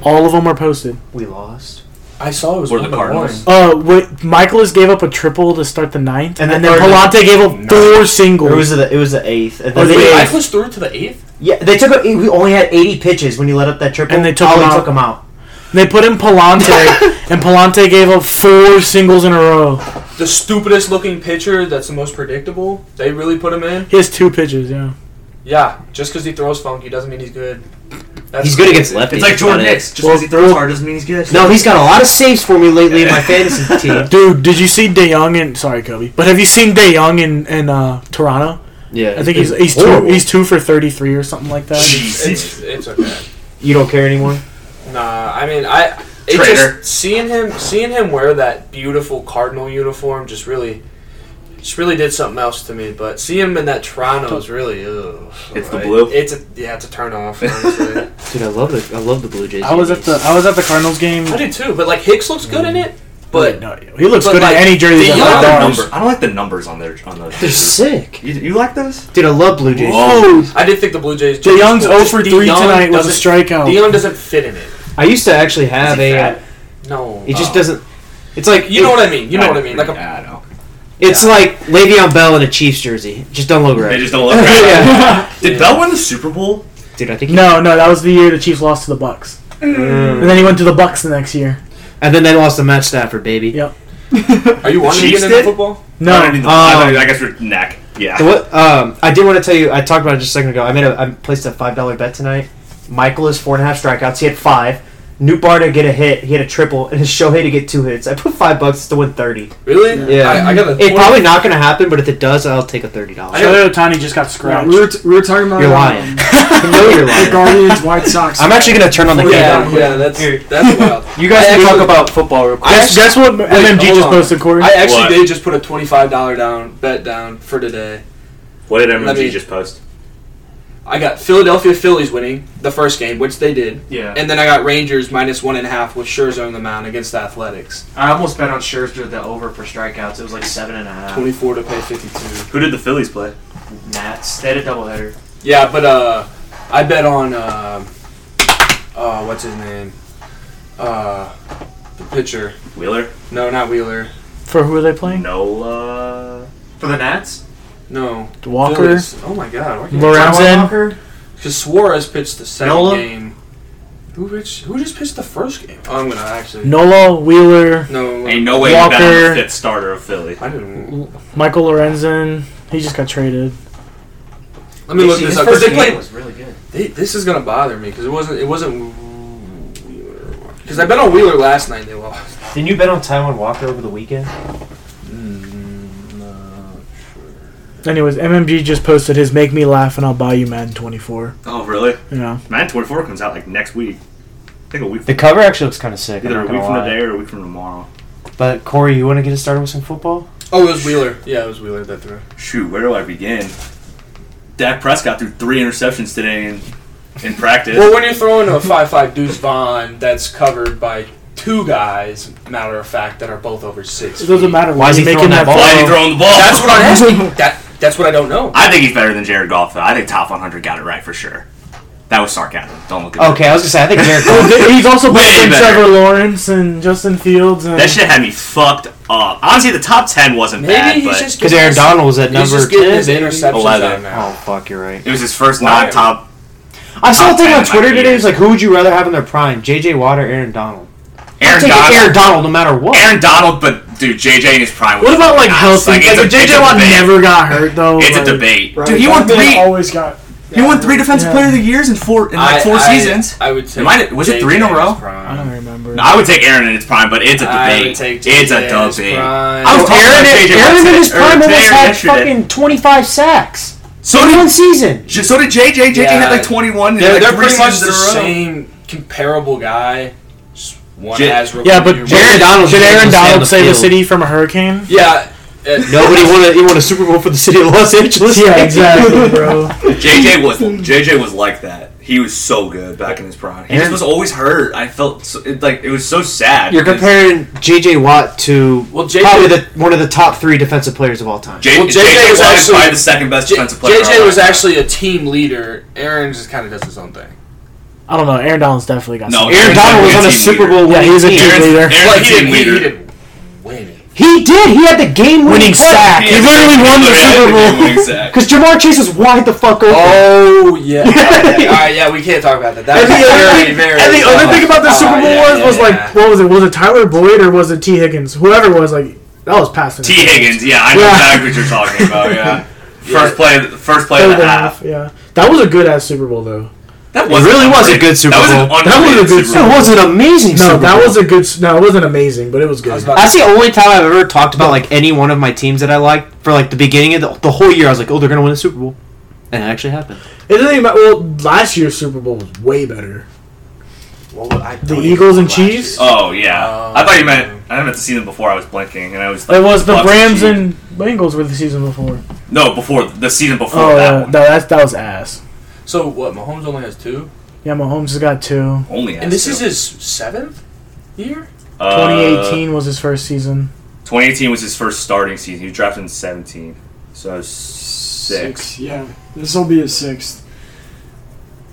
All of them are posted. We lost. I saw it was Were the one to Cardinals? one. Uh, wait, Michaelis gave up a triple to start the ninth, and, And then then- Palante gave up four singles. It was the it was the eighth. And then Oh, the they- eighth. I pushed through to the eighth. Yeah, they took. A, we only had eighty pitches when you let up that triple, And they took Ollie him out. took him out. They put in Palante, and Palante gave up four singles in a row. The stupidest looking pitcher that's the most predictable. They really put him in. He has two pitches, yeah. Yeah, just because he throws funky doesn't mean he's good. That's He's good against crazy. lefties. it's like Jordan but it- Hicks. Just because Well, he throws well- hard doesn't mean he's good. No, he's got a lot of saves for me lately in my fantasy team. Dude, did you see De Jong and sorry Kobe, but have you seen De Jong in in uh, Toronto? Yeah, I think he's he's two horrible. he's two for thirty three or something like that. It's, Jesus. it's okay. You don't care anymore. Nah, I mean, I it Traitor. just seeing him seeing him wear that beautiful cardinal uniform just really just really did something else to me. But seeing him in that Toronto is really ugh, It's the blue? It's a yeah, it's a turn off. Honestly. Dude, I love the I love the Blue Jays. I was at the I was at the Cardinals game. I do too, but like Hicks looks good in it. But no, he looks but good like, in any jersey. that I the young don't, like the I numbers. wear. number. I don't like the numbers on their on those. They're jerseys. sick, You, you like those? dude. I love Blue Jays. Whoa! jerseys. I did think the Blue Jays. De Jong's just- zero for De three Jong tonight with a doesn't- strikeout. De Jong doesn't fit in it. I used to actually have a. fat? No, It just Oh. doesn't. It's like You know what I mean. You know I- what I mean. Like a, yeah, I know. It's like Le'Veon Bell in a Chiefs jersey. Just don't look They right. just don't look right. Yeah. Did Bell win the Super Bowl? Dude, I think he- No, no, that was the year the Chiefs lost to the Bucks, Mm. and then he went to the Bucks the next year. And then they lost to Matt Stafford, baby. Yeah. are you wanting to Chiefs get into did? football? No, I, don't need the- I Um, don't- I guess we're neck. Yeah. So What, um, I did want to tell you. I talked about it just a second ago. I made a. I placed a five dollar bet tonight. Michael is four and a half strikeouts. He had five. Newt Barta get a hit. He had a triple, and his Shohei to get two hits. I put five bucks to win thirty. Really? Yeah. I, I got a. It's probably not going to happen, but if it does, I'll take a thirty dollars. I- Shohei Ohtani just got Yeah, scratched. we were, t- we were talking about You're um, lying. I know you're the lying. Guardians, White Sox. I'm actually going to turn on the Yeah, camera. yeah, that's Here. that's wild. You guys I can actually- talk about football real quick. I Guess, guess actually- what MMG hold just on. posted, Corey? I actually What? did just put a twenty-five dollar down bet down for today. what did let me- MMG just post? I got Philadelphia Phillies winning the first game, which they did, Yeah. and then I got Rangers minus one and a half with Scherzer on the mound against the Athletics, I almost bet on Scherzer the over for strikeouts. It was like seven and a half. twenty-four to pay fifty-two. Who did the Phillies play? Nats. They had a doubleheader. Yeah, but uh, I bet on uh, uh, what's his name, uh, the pitcher. Wheeler. No, not Wheeler. For who are they playing? Nola. For the Nats? No. Walker, Phillies. Oh my God. why can't- Lorenzen. Walker? Because Suarez pitched the second Nola? game. Who pitched, Who just pitched the first game? Oh, I'm gonna actually. Nola, Wheeler, No. Ain't no way you better Walker. the fifth starter of Philly. I didn't. Michael Lorenzen. He just got traded. Let me look Actually, this his up. 'cause first They game played. was really good. They, this is gonna bother me because it wasn't. It wasn't. Because I bet on Wheeler last night. and They lost. Didn't you bet on Taiwan Walker over the weekend? Anyways, MMG just posted his "Make Me Laugh and I'll Buy You Madden 24." Oh, really? Yeah, Madden 24 comes out like next week. I think a week The from cover actually looks kind of sick. I'm either a not week gonna from lie. today or a week from tomorrow. But Corey, you want to get us started with some football? Oh, it was Wheeler. Yeah, it was Wheeler that threw. Shoot, where do I begin? Dak Prescott threw three interceptions today in, in practice. Well, when you're throwing a five-five Deuce Vaughn that's covered by two guys, matter of fact, that are both over six. it doesn't feet, matter. Why is he throwing that ball? Why are you throw. throwing the ball? That's what I'm asking. That that's what I don't know. I think he's better than Jared Goff, though. I think top 100 got it right for sure. That was sarcasm. Don't look at Okay, I was gonna say I think Jared. Goff- Well, He's also Way better than better. Trevor Lawrence and Justin Fields. me. And That shit had me fucked up. Honestly, the top 10 wasn't Maybe bad, he's but just Because getting Aaron his- Donald was at he's number just getting ten. his baby. interceptions 11. out now. Oh fuck, you're right. it was his first Why? non-top. I saw a Top thing 10 on in my Twitter today. opinion. It's like, who would you rather have in their prime, JJ Watt or Aaron Donald? Aaron Take it Donald. Aaron Donald, no matter what. Aaron Donald, but dude, JJ in his prime. was What about like nuts. healthy? Like, it's if a- it's JJ a Watt debate. never got hurt though. It's like- a debate. Right. Dude, he that won man three. Always got. He won three Defensive Yeah. Player of the Years in four in like I- four I- seasons. I would say. Am I- was it three in a row? I don't remember. No, I would take Aaron in its prime, but it's a I would debate. take it's a JJ in his debate. prime. I was talking Aaron, about JJ Watt Aaron in today- his or prime today almost or had yesterday. fucking 25 sacks So in did one season. J- so did JJ. JJ had Yeah. like 21. They're, like they're three pretty much seasons the in a row. same comparable guy. Just one Ja- has Yeah, but rookie year. Jared Jared Donald should should Aaron just stay on Donald the save the field. city from a hurricane? yeah. uh, it- Nobody won a, he won a Super Bowl for the city of Los Angeles. Yeah, exactly, bro. JJ was JJ was like that. He was so good back in his prime. He Aaron- just was always hurt. I felt so, it, like it was so sad. You're because comparing JJ Watt to Well, JJ probably the, one of the top three defensive players of all time. J- Well, JJ, JJ was was actually, actually- probably the second best J- defensive player. of JJ all was time. actually a team leader. Aaron just kind of does his own thing. I don't know. Aaron Donald's definitely got. No, some- Aaron Aaron's Donald was a on a team Super leader. Bowl Yeah, winning he's a team. team Aaron's, leader. Aaron's Like a he team didn't, he leader. didn't win it. He did. He had the game winning Winning sack. He He had literally the won the game-winning Super Bowl. sack. because Jamar Chase was wide the fuck open. Oh yeah. All right, yeah, we can't talk about that. That And was the, other very, thing, very. and the other tough. thing about the Uh, Super Bowl yeah, was yeah, was yeah. like, what was it? Was it Tyler Boyd or was it T Higgins? Whoever was like, that was passing. T Higgins. Yeah, I know Yeah. exactly what you're talking about. Yeah, first play, of the- first play of the half. Yeah, that was a good ass Super Bowl though. It That really was a good Super That was an Bowl. That was a underrated good Super That Bowl. was an amazing No, Super that Bowl. was a good. s- No, it wasn't amazing, but it was good. I was about- That's the only time I've ever talked about like any one of my teams that I liked for like the beginning of the, the whole year. I was like, oh, they're gonna win the Super Bowl, and it actually happened. It doesn't even matter. Well, last year's Super Bowl was way better. What would I The do Eagles and last year? Chiefs? Oh yeah, I thought you meant. Um, I meant to see them before I was blinking, and I was. Like, It was the Bucks Rams Chiefs. and Bengals were the season before. no before the season before Oh, that yeah, one. no, that's that was ass. So what? Mahomes only has two, Yeah, Mahomes has got two. Only and this is his seventh year. uh, 2018 was his first season. 2018 was his first starting season. He was drafted in 17, so six. Six. Yeah. This will be his sixth.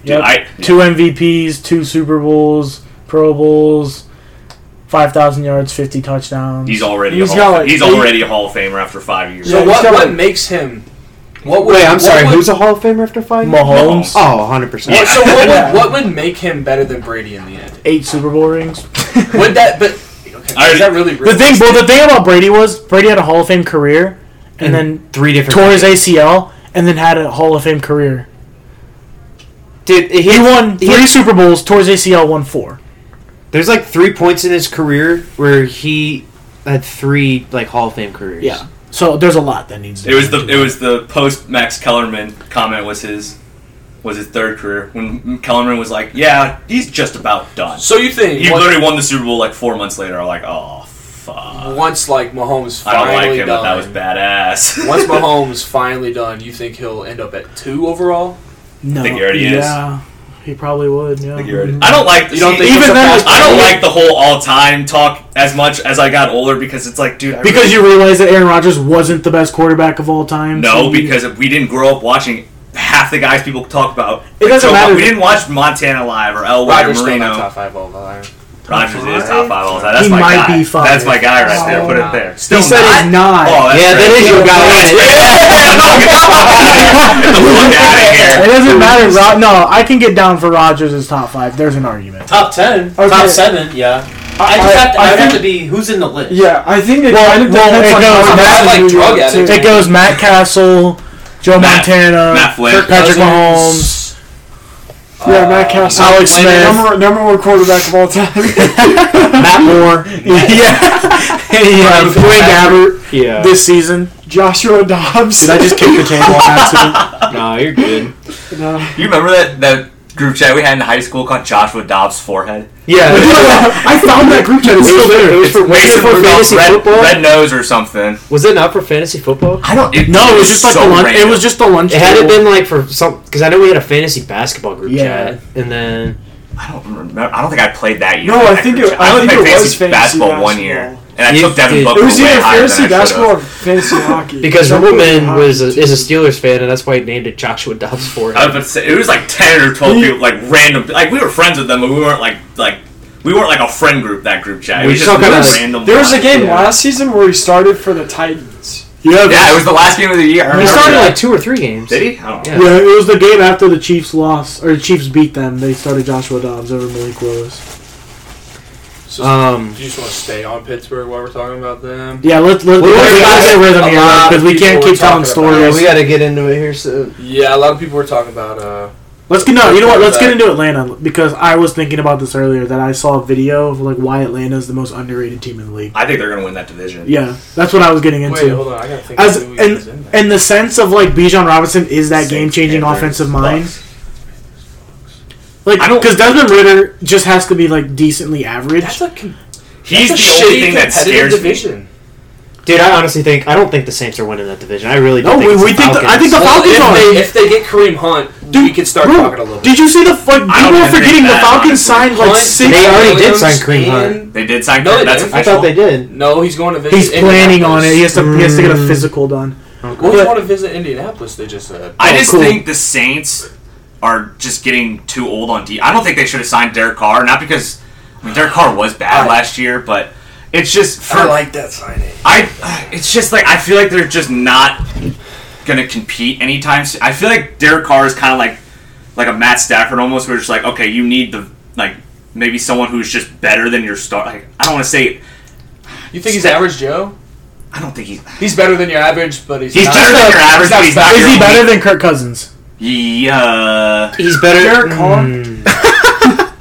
Dude, Yep. I, Two MVPs, two Super Bowls, Pro Bowls, five thousand yards, fifty touchdowns. He's already He's a got, hall, like, he's eight- already a Hall of Famer after five years. Yeah, So he's what? got What like- makes him? What would, Wait, I'm what sorry. Would, Who's a Hall of Famer after five? years? Mahomes, Oh, 100 percent. what, so what Yeah. would, what would make him better than Brady in the end? eight Super Bowl rings. Would that? But okay, I- is that really The thing, well, the thing about Brady was Brady had a Hall of Fame career, Mm-hmm. and then Three different. tore his ACL, and then had a Hall of Fame career. Dude, he, He won he- three Super Bowls. Tore his ACL, won four. There's like three points in his career where he had three like Hall of Fame careers. Yeah. So there's a lot that needs. to It be was the done. it was the post Max Kellerman comment was his was his third career when Kellerman was like, yeah, he's just about done. So you think He once, literally won the Super Bowl like four months later. I'm like, oh fuck, once like Mahomes I don't finally like him, but done? that was badass. once Mahomes finally done, you think he'll end up at two overall? no. think he already is. yeah, he probably would. Yeah. I don't like You don't see, think even he's a then, fast I don't player? like the whole all time talk as much as I got older because it's like, dude, I Because really- you realize that Aaron Rodgers wasn't the best quarterback of all time. so no, you- because we didn't grow up watching half the guys people talk about. It doesn't Like, matter. We didn't watch Montana live or Elway Rodgers or still not Marino. top five all time. Rodgers is top five all time. That's He my might guy. be five. That's my guy right there. Still Put it not. there. Still He said not? he's nine. Oh, that's yeah, that is great. your guy. Get the fuck out It of here. doesn't matter. Ro- no, I can get down for Rogers as top five. There's an argument. Top ten, Okay. top seven, yeah. I just have to, I have to be who's in the list. Yeah, I think it Well, kind of well, depends it on goes how back, much like, you drug do it, addict. too. It goes Matt Castle, Joe Matt- Montana, Matt Flynn. Kirk Patrick Cousins. Mahomes, Yeah, Matt Castle. Alex Wait, Smith, Number, number one quarterback of all time. Matt Moore. yeah, yeah, Blaine Gabbert Yeah. this season. Joshua Dobbs. Did I just kick the table on accident? no, you're good. No. You remember that that group chat we had in high school called Joshua Dobbs' forehead? Yeah, I found that group chat. it's still there. Mason Rudolph's red, red nose or something. Was it not for fantasy football? I don't. It, No, it was just like so the lunch. random. It was just the lunch. It had it table. been like for some because I know we had a fantasy basketball group Yeah. chat, and then I don't remember. I don't think I played that year. No, I think it- I I only think played it was fantasy, fantasy basketball, one basketball. year, and I You took Devin did. Booker It was way either higher fantasy than I should basketball have. or fantasy hockey. because Something Ruleman hockey, was a, too. is a Steelers fan, and that's why he named it Joshua Dobbs for I him. was about to say, it was like ten or twelve You- people, like random. Like we were friends with them, but we weren't like like we weren't like a friend group. That group chat. It We was still just kinda, like- random. There was a guys. game last season where he started for the Titans. Yeah, Yeah, it was the last game of the year. I He remember started that. like two or three games. Did he? I don't know. Yeah. Yeah, it was the game after the Chiefs lost or the Chiefs beat them. They started Joshua Dobbs over Malik Willis. So, Um, do you just want to stay on Pittsburgh while we're talking about them? Yeah, let's let's Well, let's we gotta got get rhythm a here lot because of we people can't we're keep telling talking about. stories. got to get into it here soon. Yeah, a lot of people were talking about. uh Let's get no. You know what? Let's get Back. into Atlanta because I was thinking about this earlier that I saw a video of like why Atlanta is the most underrated team in the league. I think they're gonna win that division. Yeah, that's what I was getting Wait, into. hold on, I gotta think. As of who he was in in there. in the sense of like Bijan Robinson is that Same game changing Panthers, offensive mind. Bucks. Like I don't- because Desmond Ritter just has to be like decently average. That's a, con- He's that's a the only shitty thing that competitive scares me. division. Dude, I honestly think I don't think the Saints are winning that division. I really No, don't. we, think we it's the think the, I Falcons. think the Well, Falcons are. if, they, if they get Kareem Hunt, Dude, we could start bro, talking a little bit. Did you see the like I people don't are even forgetting think the that, Falcons honestly. signed like Hunt, six? They already did Williams, sign Kareem and- They did sign. No, they that's didn't. I official. thought they did. No, he's going to visit. He's planning on it. He has to he has to get a Mm. physical done. Well, But- he's going to visit Indianapolis. They just said. I Oh, just cool. think the Saints are just getting too old on D. I don't think they should have signed Derek Carr. Not because I mean, Derek Carr was bad I- last year, but it's just for like that signing. I. It's just like I feel like they're just not gonna compete anytime. Soon. I feel like Derek Carr is kind of like like a Matt Stafford almost, where it's like okay, you need the like maybe someone who's just better than your star. Like I don't want to say. You think he's average, Joe? I don't think he's. He's better than your average, but he's He's not- better than your average, but he's not Is your he elite. better than Kirk Cousins? Yeah. He's better. Derek Carr? Mm.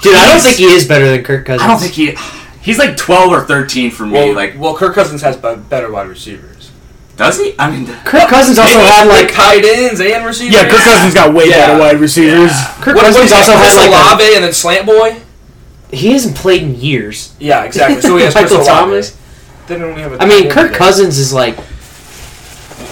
Dude, I don't think he is better than Kirk Cousins. I don't think he. He's like twelve or thirteen for me. Well, like, well, Kirk Cousins has be- better wide receivers. does he? I mean. Kirk Cousins also Maybe. had like. tight ends and receivers. Yeah, Kirk Cousins got way Yeah. better wide receivers. Yeah. Kirk What, Cousins what, also Chris had like. a- Olave and then Slant Boy. he hasn't played in years. Yeah, exactly. So he has Chris Michael Olave. Thomas. Then we have a I mean, tight end Kirk there. Cousins is like.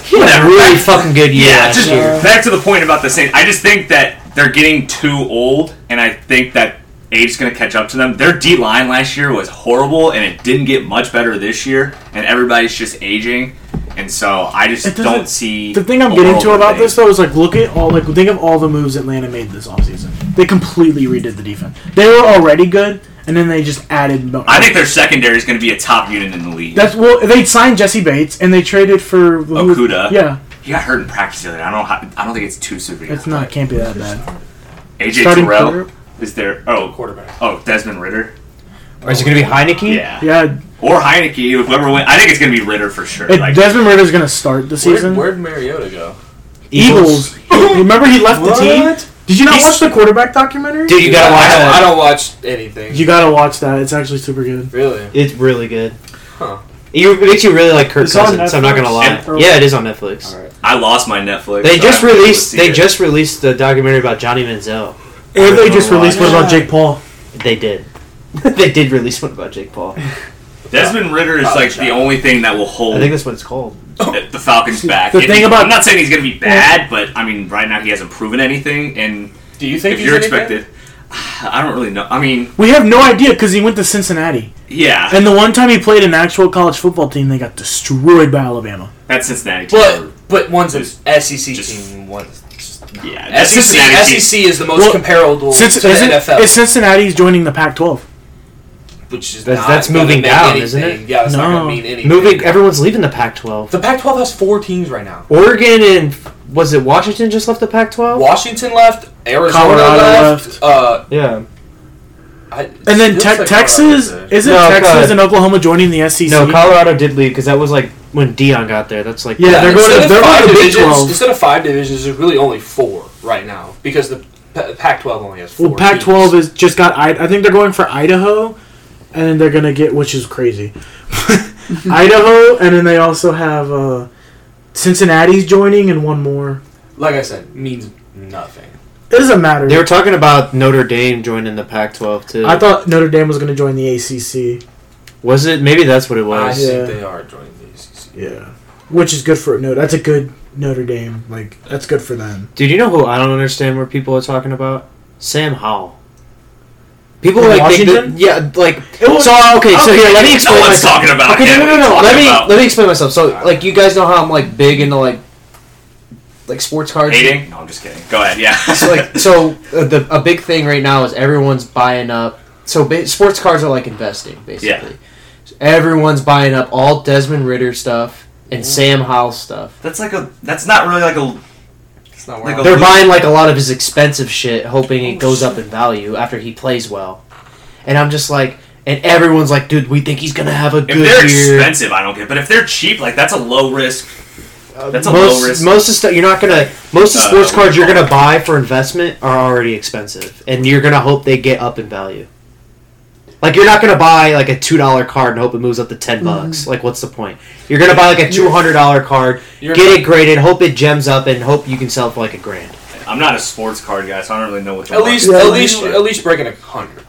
He had Whatever. a really Back- fucking good year Yeah, last just year. back to the point about the Saints. I just think that they're getting too old, and I think that age is going to catch up to them. Their D line last year was horrible, and it didn't get much better this year. And everybody's just aging, and so I It just doesn't- don't see The thing I'm a getting world to where about they- this though is like look at all like think of all the moves Atlanta made this offseason. They completely redid the defense. They were already good, and then they just added. Mo- I think their secondary is going to be a top unit in the league. that's well they signed Jesse Bates and they traded for who was- Okuda. Yeah, he got hurt in practice the other day. I don't. How, I don't think it's too severe. it's not can't be that bad. AJ Starting Terrell quarter- is there. Oh, quarterback. oh, Desmond Ritter. Or is it going to be Mm. Heineke? Yeah. Yeah, Or Heineke, whoever win. I think it's going to be Ritter for sure. it, Like, Desmond Ritter's gonna start the season. Where'd, where'd Mariota go? Eagles. Remember he left the team. What? Did you not He's- watch the quarterback documentary? Dude, you gotta I, watch don't- I that. don't watch anything. You gotta watch that. It's actually super good. really? It's really good. Huh. You- It makes you really like Kirk It's on Cousins. I'm not gonna lie. Netflix? Yeah. Yeah, it is on Netflix. Alright. I lost my Netflix. They so just I haven't been able to released. see They it. just released the documentary about Johnny Manziel. Or they gonna just released watch. one about Jake Paul. They did. they did release one about Jake Paul. Desmond Ritter is like the only thing that will I hold think that's what it's called. the Falcons back. The If thing he- about- I'm not saying he's going to be bad, but I mean, right now he hasn't proven anything, and Do you think if he's you're anything? expected, I don't really know. I mean, We have no idea because he went to Cincinnati, yeah, and the one time he played an actual college football team, they got destroyed by Alabama. that's Cincinnati. team. But but one's an Just- SEC just- team. One's yeah, SEC, E that's Cincinnati. team. SEC E is the most Well, comparable Since to the isn't, NFL. is Cincinnati's joining the Pac-12? which is That's- not that's gonna moving make down, isn't anything. Yeah, it's not No. going to mean anything. Moving, everyone's leaving the Pac-12. The Pac-12 has four teams right now. Oregon and was it Washington just left the Pac-12? Washington left. Arizona Oh. Colorado left. Uh, Yeah. I, And then Feels te- like Texas Colorado isn't No, Texas God. and Oklahoma joining the E SEC. No, Colorado did leave because that was like when Dion got there. That's like Yeah, they're going instead to of they're five going to Big divisions, Twelve. Instead of five divisions, there's really only four right now because the Pa- Pac-12 only has four. Well, Pac-12 teams. is just got. I, I think they're going for Idaho, and then they're gonna get, which is crazy, Idaho, and then they also have uh, Cincinnati's joining and one more. like I said, means nothing. It doesn't matter. They were talking about Notre Dame joining the Pac-12 too. I thought Notre Dame was gonna join the ACC. was it? Maybe that's what it I was. Yeah. think they are joining the ACC. Yeah, which is good for no. That's a good Notre Dame. Like that's good for them. Dude, you know who I don't understand where people are talking about? Sam Howell. People In like think that- Washington? yeah, like It was- so okay, so here let me explain no one's myself. talking about okay, him. no, no, What are no, no. Let you talking me about? let me explain myself. So like you guys know how I'm like big into like like sports cards. Hating? No, I'm just kidding. Go ahead. Yeah. So, like so uh, the a big thing right now is everyone's buying up. So ba- sports cards are like investing basically. Everyone's buying up all Desmond Ritter stuff and Sam Howell stuff. that's like a. That's not really like a. It's not Like a- where I'm- They're Elite. buying like a lot of his expensive shit, hoping Oh, it goes up in value after he plays well. And I'm just like, and everyone's like, dude, we think he's gonna have a If good they're year. expensive, I don't care. But if they're cheap, like that's a low risk. That's a Uh, most low risk. most of stuff you're not gonna most of Uh, sports cards you're recall. gonna buy for investment are already expensive, and you're gonna hope they get up in value. Like you're not gonna buy like a two dollar card and hope it moves up to ten bucks. Like what's the point? You're gonna buy like a two hundred dollar card, You're- get it graded, hope it gems up, and hope you can sell it for like a grand. I'm not a sports card guy, so I don't really know what. the at least, market- at Yeah. least, at least breaking a hundred.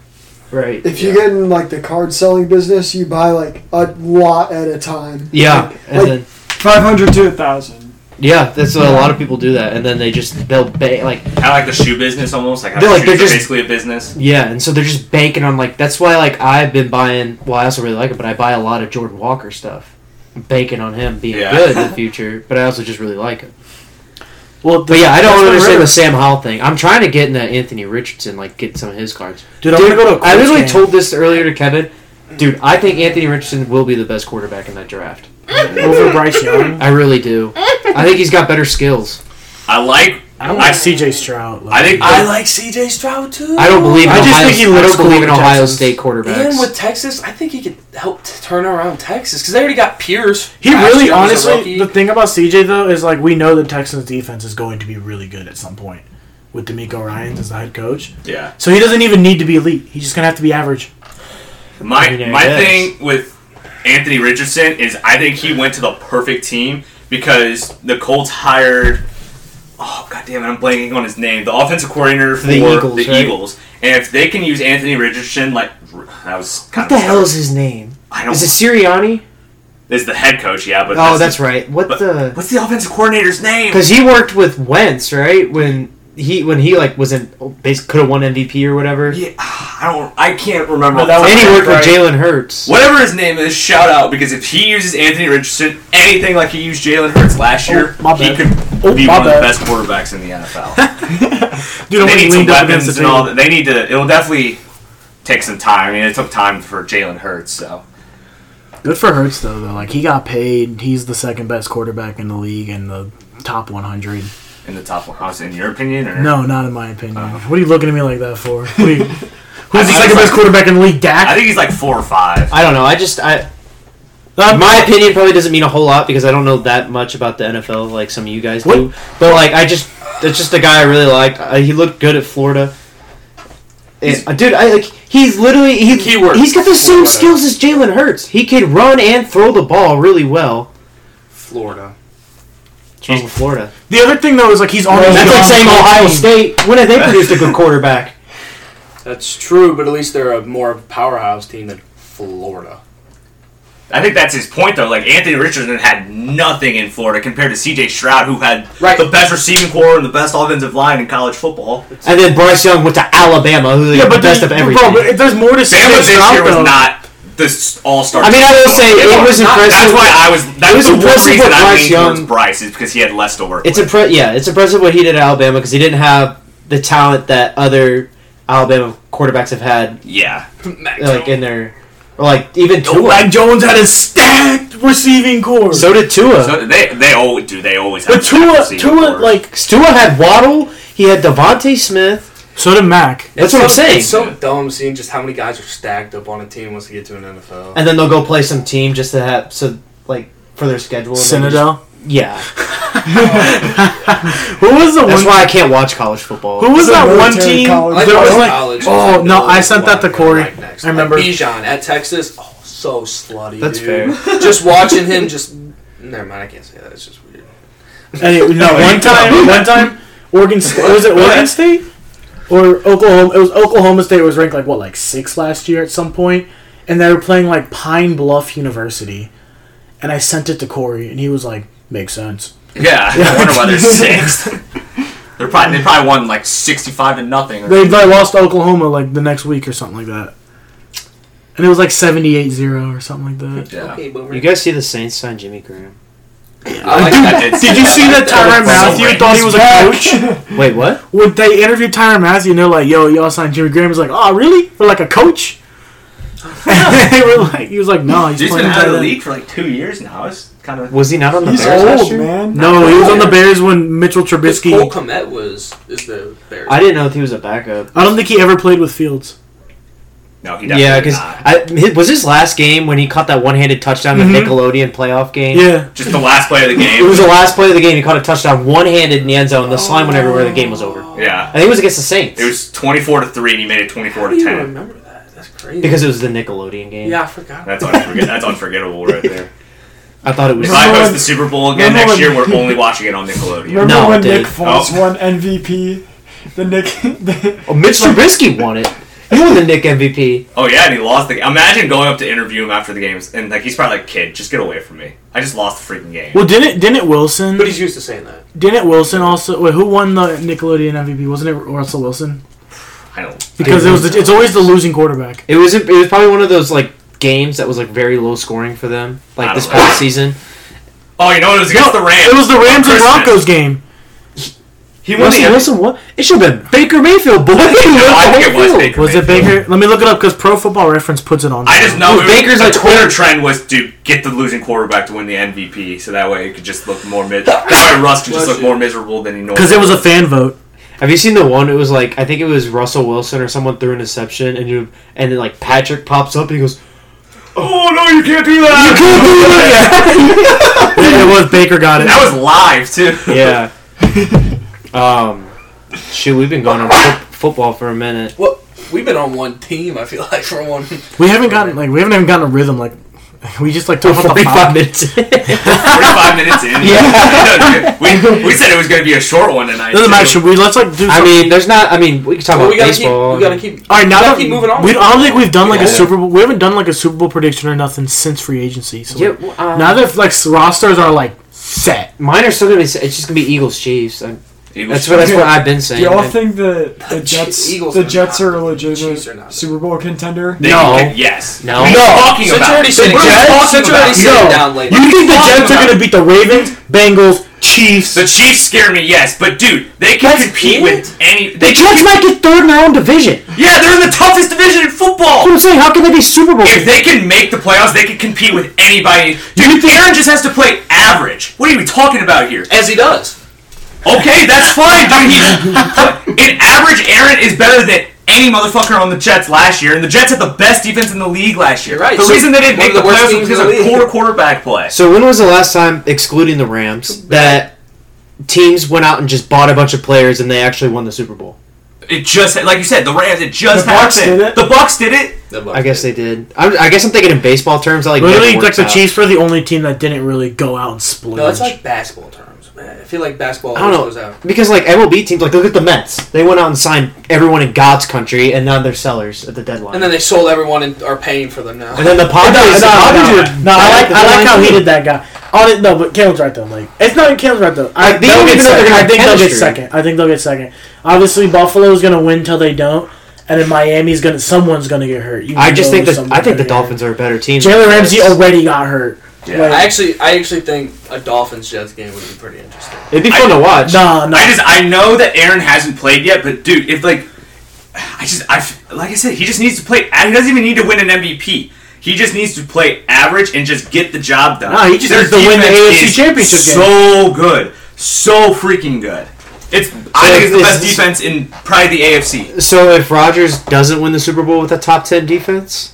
Right. If you get in like the card selling business, you buy like a lot at a time. Yeah, and Like- then Five hundred to a thousand. yeah, that's what a lot of people do that, and then they just they'll ba- like kind of like the shoe business almost. Like how They're like- shoes they're are just- basically a business. Yeah, and so they're just banking on like that's why like I've been buying. Well, I also really like it, but I buy a lot of Jordan Walker stuff. I'm banking on him being Yeah. good in the future, but I also just really like him. Well, But yeah, I don't Desmond understand Ritter. the Sam Howell thing. I'm trying to get into Anthony Richardson, like get some of his cards. Dude, I'm Dude, gonna go to. a I Colts literally game. told this earlier to Kevin. Dude, I think Anthony Richardson will be the best quarterback in that draft. over Bryce Young. I really do. I think he's got better skills. I like. I don't I like CJ Stroud. I think. I like CJ Stroud too. I don't believe. In I just Ohio, think he I looks don't cool believe in with Ohio Texas. State quarterbacks. And with Texas, I think he could help t- turn around Texas because they already got Pierce. He last really, year was a honestly, rookie. the thing about CJ though is like we know the Texans defense is going to be really good at some point with D'Amico Ryan's as the head coach. Yeah. So he doesn't even need to be elite. He's just gonna have to be average. My mean, I my guess. thing with Anthony Richardson is I think he went to the perfect team because the Colts hired. Oh god damn it! I'm blanking on his name. The offensive coordinator for The the Eagles, Eagles. right? and if they can use Anthony Richardson, like that was kind what of the hell is his name? I don't. Is it Sirianni? Is the head coach? Yeah, but Oh, the- that's right. What But the? what's the offensive coordinator's name? Because he worked with Wentz, right? When he when he like was in basically could have won MVP or whatever, Yeah, I don't. I can't remember. No, that off the and he top worked of my with head. Jalen Hurts. Whatever his name is, shout out because if he uses Anthony Richardson anything like he used Jalen Hurts last year, my he bad. could Oh, be my one bad. of the best quarterbacks in the NFL. Dude, I'm they like need some leaned up against weapons the and all table. that. They need to. It'll definitely take some time. I mean, it took time for Jalen Hurts. So Good for Hurts though, though. Like he got paid. He's the second best quarterback in the league and the top 100. in the top one, I was in your opinion, or No, not in my opinion. Uh, What are you looking at me like that for? What are you- I who's the think second he's best like- quarterback in the league? Dak. I think he's like four or five. I don't know. I just I Um, my opinion probably doesn't mean a whole lot because I don't know that much about the NFL like some of you guys do. But like I just it's just a guy I really liked. Uh, he looked good at Florida. And, uh, dude, I like he's literally he, He works he's got the for same Florida. skills as Jalen Hurts. He can run and throw the ball really well. Florida. What's wrong with Florida? The other thing though is like he's already That's on like the saying team. Ohio State. When have they produced a good quarterback? That's true, but at least they're a more powerhouse team than Florida. I think that's his point though. Like Anthony Richardson had nothing in Florida compared to C.J. Stroud, who had Right. the best receiving core and the best offensive line in college football. And then Bryce Young went to Alabama, who Yeah, the but best there's, of bro, everything. but there's more to say. Bama than this Stroud, year was though. not this All Star. I mean, I will say it was impressive. That's why I was. That It was was the one impressive reason what I Bryce leaned Young- towards Bryce is because he had less to work It's with. impre- yeah, it's impressive what he did at Alabama because he didn't have the talent that other Alabama quarterbacks have had yeah, like Mac Jones. in their Or like even Tua. Mac Jones had a stack. Receiving core. so did Tua. So they they always do. They always have but Tua, stacked Tua, receivers. like, Tua had Waddle. He had Devontae Smith. so did Mac. That's It's what I'm so- saying. It's so dumb seeing just how many guys are stacked up on a team once they get to an NFL. And then they'll go play some team just to have so like for their schedule. and then Citadel. just- Yeah. Who was the That's one? why I can't watch college football. Who was It's a that one military team? college. I There thought was like, college was oh like no, the I sent that to lineman Corey. right next. I remember. Like Bijan at Texas. Oh, so slutty. That's dude. just watching him. Just never mind. I can't say that. It's just weird. Anyway, no, one time, one time, Oregon State was it Oregon State or Oklahoma? It was Oklahoma State was ranked like what, like six last year at some point, and they were playing like Pine Bluff University, and I sent it to Corey, and he was like, "Makes sense." yeah, I wonder why they're sixth. they're probably they probably won like sixty five to nothing. Or They like, lost to Oklahoma like the next week or something like that, and it was like 78-0 or something like that. yeah. but You guys see the Saints sign Jimmy Graham? I like that. It's- Did you see that Tyron Matthew thought he was a coach? Wait, what? when they interviewed Tyron Matthew, and they're like, "Yo, y'all signed Jimmy Graham." He's like, "Oh, really? For like a coach?" And they were like, he was like, "No, he's Dude's been playing out of the tight end." league for like two years now. It's kind of Was he not on the He's Bears last old, year? man. No, he was on the Bears when Mitchell Trubisky. Cole Komet was is the Bears. I didn't know if he was a backup. I don't think he ever played with Fields. no, he definitely Yeah, because not. Mm-hmm. was his last game when he caught that one-handed touchdown in the Mhm. Nickelodeon playoff game. Yeah, just the last play of the It was game. the last play of the game. He caught a touchdown one-handed in the end zone. The slime went everywhere. The game was over. I Yeah, think it was against the Saints Oh. it was twenty four to three, and he made it twenty How four do to you ten. remember that? That's crazy. because it was the Nickelodeon game. yeah, I forgot. That's unforgettable. that's unforgettable right there. I thought it was. If I host the Super Bowl again Remember next year, when- we're only watching it on Nickelodeon. Remember No, when dude. Nick Foles Oh. won MVP? The Nick. The, Oh, Mitch Trubisky won it. He won the Nick MVP. Oh yeah, and he lost the. Imagine going up to interview him after the games, and like he's probably like, "Kid, just get away from me. I just lost the freaking game." well, didn't didn't Wilson? But he's used to saying that. Didn't Wilson also? Wait, who won the Nickelodeon MVP? Wasn't it Russell Wilson? I don't. Because it was. The, it's always the losing quarterback. It was. It was probably one of those like games that was like very low scoring for them, like I this don't know. past season. Oh, you know what? it was against the Rams. It was the on Rams and Christmas. Broncos game. He won Russell the Wilson won. It should have been Baker Mayfield, boy. No, I think it was Baker. Was it Mayfield. Baker? Let me look it up because Pro Football Reference puts it on. I just know Dude, it was- Baker's the like Twitter 20. trend was to get the losing quarterback to win the MVP, so that way it could just look more mid. That's why Russ could just Bless look you. more miserable than he normally. because it was a fan vote. Have you seen the one? It was like I think it was Russell Wilson or someone threw an interception, and you and then like Patrick pops up and he goes, Oh no, you can't do that. You can't it was Baker got it. That was live too. "Yeah." um, shoot, we've been going on fo- football for a minute. Well, we've been on one team. I feel like for one. We haven't gotten like we haven't even gotten a rhythm. Like we just like talked about the Forty-five five. minutes. Forty-five minutes in. Yeah. we, we said it was going to be a short one tonight. Doesn't matter. too. Should we? Let's like do. I some- mean, there's not. I mean, we can talk Well, about we gotta baseball. keep. We gotta keep. all right. Now we that gotta keep moving on. we, I don't think we've done like a Yeah. Super Bowl. We haven't done like a Super Bowl prediction or nothing since free agency. So Yeah, like, well, uh, now that like rosters are like set, mine are still gonna be. It's just gonna be Eagles Chiefs. I'm- Eagles- That's what that's what I've been saying. do y'all man. think the the Jets Eagles the are Jets not- are a Chiefs are legitimate not. Super Bowl contender? They- No. okay, Yes. No. What are you No. talking Since about? you're already What sitting are you down- talking since you're about? already sitting down late. you think the Talking Jets are about- going to beat the Ravens, Bengals, Chiefs? The Chiefs scare me, yes, but dude, they can That's compete it? with any. the They Jets might get third in their own division. That's yeah, they're in the toughest division in what football. I'm saying. How can they be Super Bowl? If they can make the playoffs, they can compete with anybody. Dude, Aaron just has to play average. What are you talking about here? As he does. Okay, that's fine, dude. He's, an average Aaron is better than any motherfucker on the Jets last year, and the Jets had the best defense in the league last year. You're right. The So, reason they didn't one make of the the worst playoffs was teams in because the of league. poor quarterback play. So when was the last time, excluding the Rams, that teams went out and just bought a bunch of players and they actually won the Super Bowl? It just, like you said, the Rams. It just The Bucks happened. did it. The Bucks did it. I guess they did. I, I guess I'm thinking in baseball terms. I like Literally, never like works the out. Chiefs were the only team that didn't really go out and split. No, that's like basketball terms. Man. I feel like basketball I always don't goes know out. because like MLB teams, like look at the Mets. They went out and signed everyone in God's country, and now they're sellers at the deadline. And then they sold everyone and are paying for them now. And then the Padres. No, no, the Padres no, were- no, I like I like how he the- did that guy. On it, no, but Caleb's right though. Like it's not even Caleb's right though. I, Like, they they'll don't get even know they're second. gonna I have think they'll get chemistry. second. I think they'll get second. Obviously, Buffalo's gonna win till they don't, and then Miami's gonna someone's gonna get hurt. You I just know think that someone's I think the gonna get Dolphins are a better team. hurt. Jalen Ramsey already got hurt. Like, I actually, I actually think a Dolphins Jets game would be pretty interesting. It'd be fun I- to watch. nah, nah. I just I know that Aaron hasn't played yet, but dude, if like I just I f- like I said, he just needs to play. and He doesn't even need to win an MVP. He just needs to play average and just get the job done. No, he just Their needs to win the defense AFC is championship game. So good, so freaking good. It's I think it's the is best this- defense in probably the AFC. So if Rodgers doesn't win the Super Bowl with a top ten defense,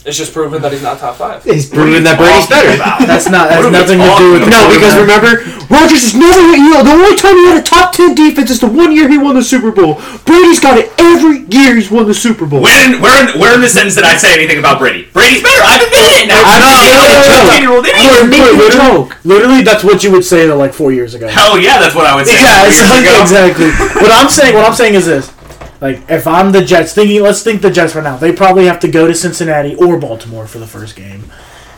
It's just proven that he's not top five. he's What are you proving that Brady's better. talking about? That's not. What are That's nothing we to do talking with. about? No, because remember, Rodgers has never you know, the only time he had a top ten defense is the one year he won the Super Bowl. Brady's got it every year he's won the Super Bowl. We're in, we're in, we're in the sense that I say anything about Brady. Brady's better. I've been in it now. I know, I know, I know. You're Making a making a joke. joke. Literally, that's what you would say to like four years ago. Hell yeah, that's what I would say. Yeah, it's Years like- ago. exactly. what I'm saying, what I'm saying is this: like, if I'm the Jets, thinking, let's think the Jets right now. They probably have to go to Cincinnati or Baltimore for the first game,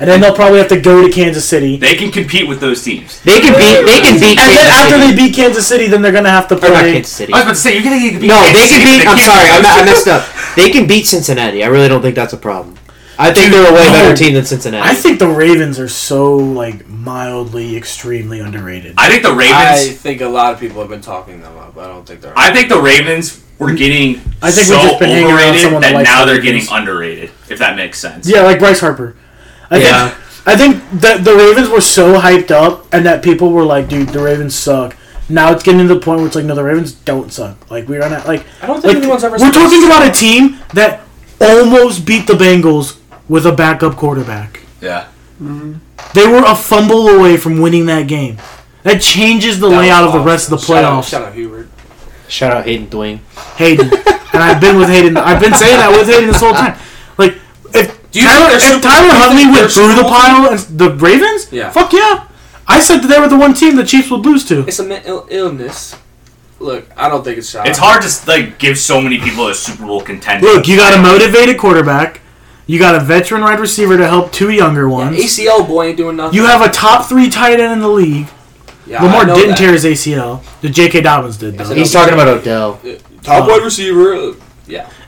and then they'll probably have to go to Kansas City. They can compete with those teams. They can beat. They can beat. And then Kansas after City. they beat Kansas City, then they're gonna have to Or not play. Kansas City. I was about to say you're gonna get beat. No, Kansas they City, can but beat. they I'm can't sorry, beat I, me- those I teams. messed up. They can beat Cincinnati. I really don't think that's a problem. I think they're a way better team than Cincinnati. I think the Ravens are so like mildly, extremely underrated. I think the I Ravens. think a lot of people have been talking them up. I don't think they're. I, think the Ravens were getting I think so we've just been hanging around overrated someone that that likes now the they're Ravens. getting underrated. If that makes sense. Yeah, like Bryce Harper. I Yeah. Think, I think that the Ravens were so hyped up, and that people were like, "Dude, the Ravens suck." Now it's getting to the point where it's like, "No, the Ravens don't suck." Like we're not like I don't think like anyone's ever. we're talking about a team that almost beat the Bengals with a backup quarterback. Yeah. They were a fumble away from winning that game. That changes the layout of the rest of the playoffs. Shout out Hubert. Shout out Hayden Dwayne. Hayden, and I've been with Hayden. I've been saying that with Hayden this whole time. Like if Do you Tyler, think if they're Super- Tyler do you Huntley think went they're through the Super Bowl team? pile and s- the Ravens, Yeah. fuck yeah. I said that they were the one team the Chiefs would lose to. It's a mental illness. Look, I don't think it's shout. It's hard to like give so many people a Super Bowl contender. Look, you got a motivated quarterback. You got a veteran wide receiver to help two younger ones. ACL boy ain't doing nothing. you have a top three tight end in the league. yeah, Lamar didn't tear. tear his ACL. The J.K. Dobbins did though. Yes, I know. He's talking about Odell. Top wide receiver.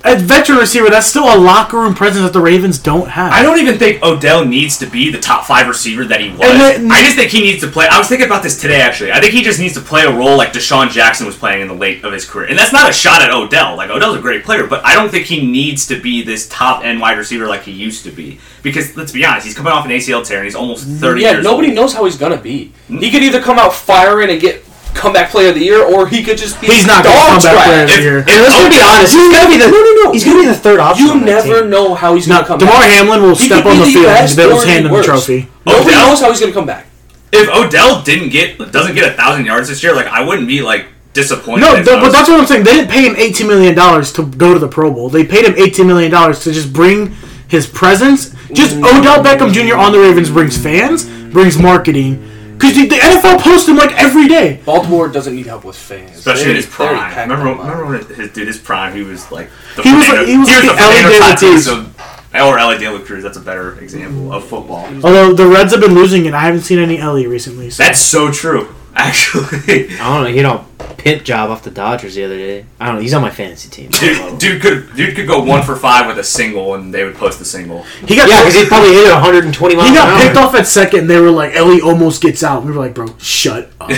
A veteran receiver that's still a locker room presence that the Ravens don't have. I don't even think Odell needs to be the top five receiver that he was. And then- I just think he needs to play. I was thinking about this today, actually. I think he just needs to play a role like Deshaun Jackson was playing in the late of his career. And that's not a shot at Odell. Like, Odell's a great player, but I don't think he needs to be this top end wide receiver like he used to be. Because, let's be honest, he's coming off an ACL tear and he's almost 30 Yeah, years nobody old. knows how he's gonna be. He could either come out firing and get comeback player of the year, or he could just be He's not dog gonna come back trash. player of the If- year. if And let's be Odell- honest. He's gonna be the. He's gonna be the third option. You on that never team. know how he's No, gonna come Damar back. Hamlin will He step could on the be the field and best Bill's or the hand him the worst. trophy. Nobody Odell- knows how he's gonna come back. If Odell didn't get, doesn't get a thousand yards this year, like, I wouldn't be, like, disappointed. No, if th- I but was- that's what I'm saying. They didn't pay him eighteen million dollars to go to the Pro Bowl. They paid him eighteen million dollars to just bring his presence. Just Mm. Odell Beckham Jr. on the Ravens brings fans, brings marketing. Because the, the NFL posts him like every day. Baltimore doesn't need help with fans, Especially They- in his they already prime. packed Remember, them up. remember when his dude his prime? He was like the He was- Fernando- he was the like the Fernando Ellie De La Tatis Cruz. of- or Ellie De La Cruz. That's a better example of football. Although the Reds have been losing, and I haven't seen any Ellie recently. So. That's so true, actually. I don't know. He don't pit job off the Dodgers the other day. I don't know. He's on my fantasy team. Dude, dude could dude could go one for five with a single, and they would post the single. he got Yeah, because he probably hit it 120 miles. he an got Oh, hour. picked off at second. and They were like, Ellie almost gets out. We were like, bro, shut up.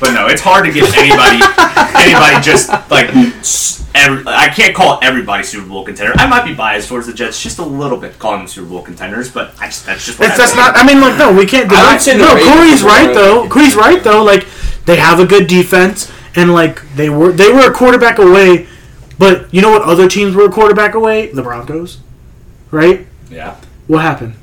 But no, it's hard to get anybody anybody just like s- every, I can't call everybody Super Bowl contender. I might be biased towards the Jets just a little bit, calling them Super Bowl contenders, but I just, that's just what That's, I that's believe. not. I mean, like, no, we can't. I Deny. would say the No, Ravens Corey's are right overrated. though. Corey's right though. Like, they have a good defense, and like they were they were a quarterback away. But you know what? Other teams were a quarterback away. The Broncos, right? Yeah, What happened?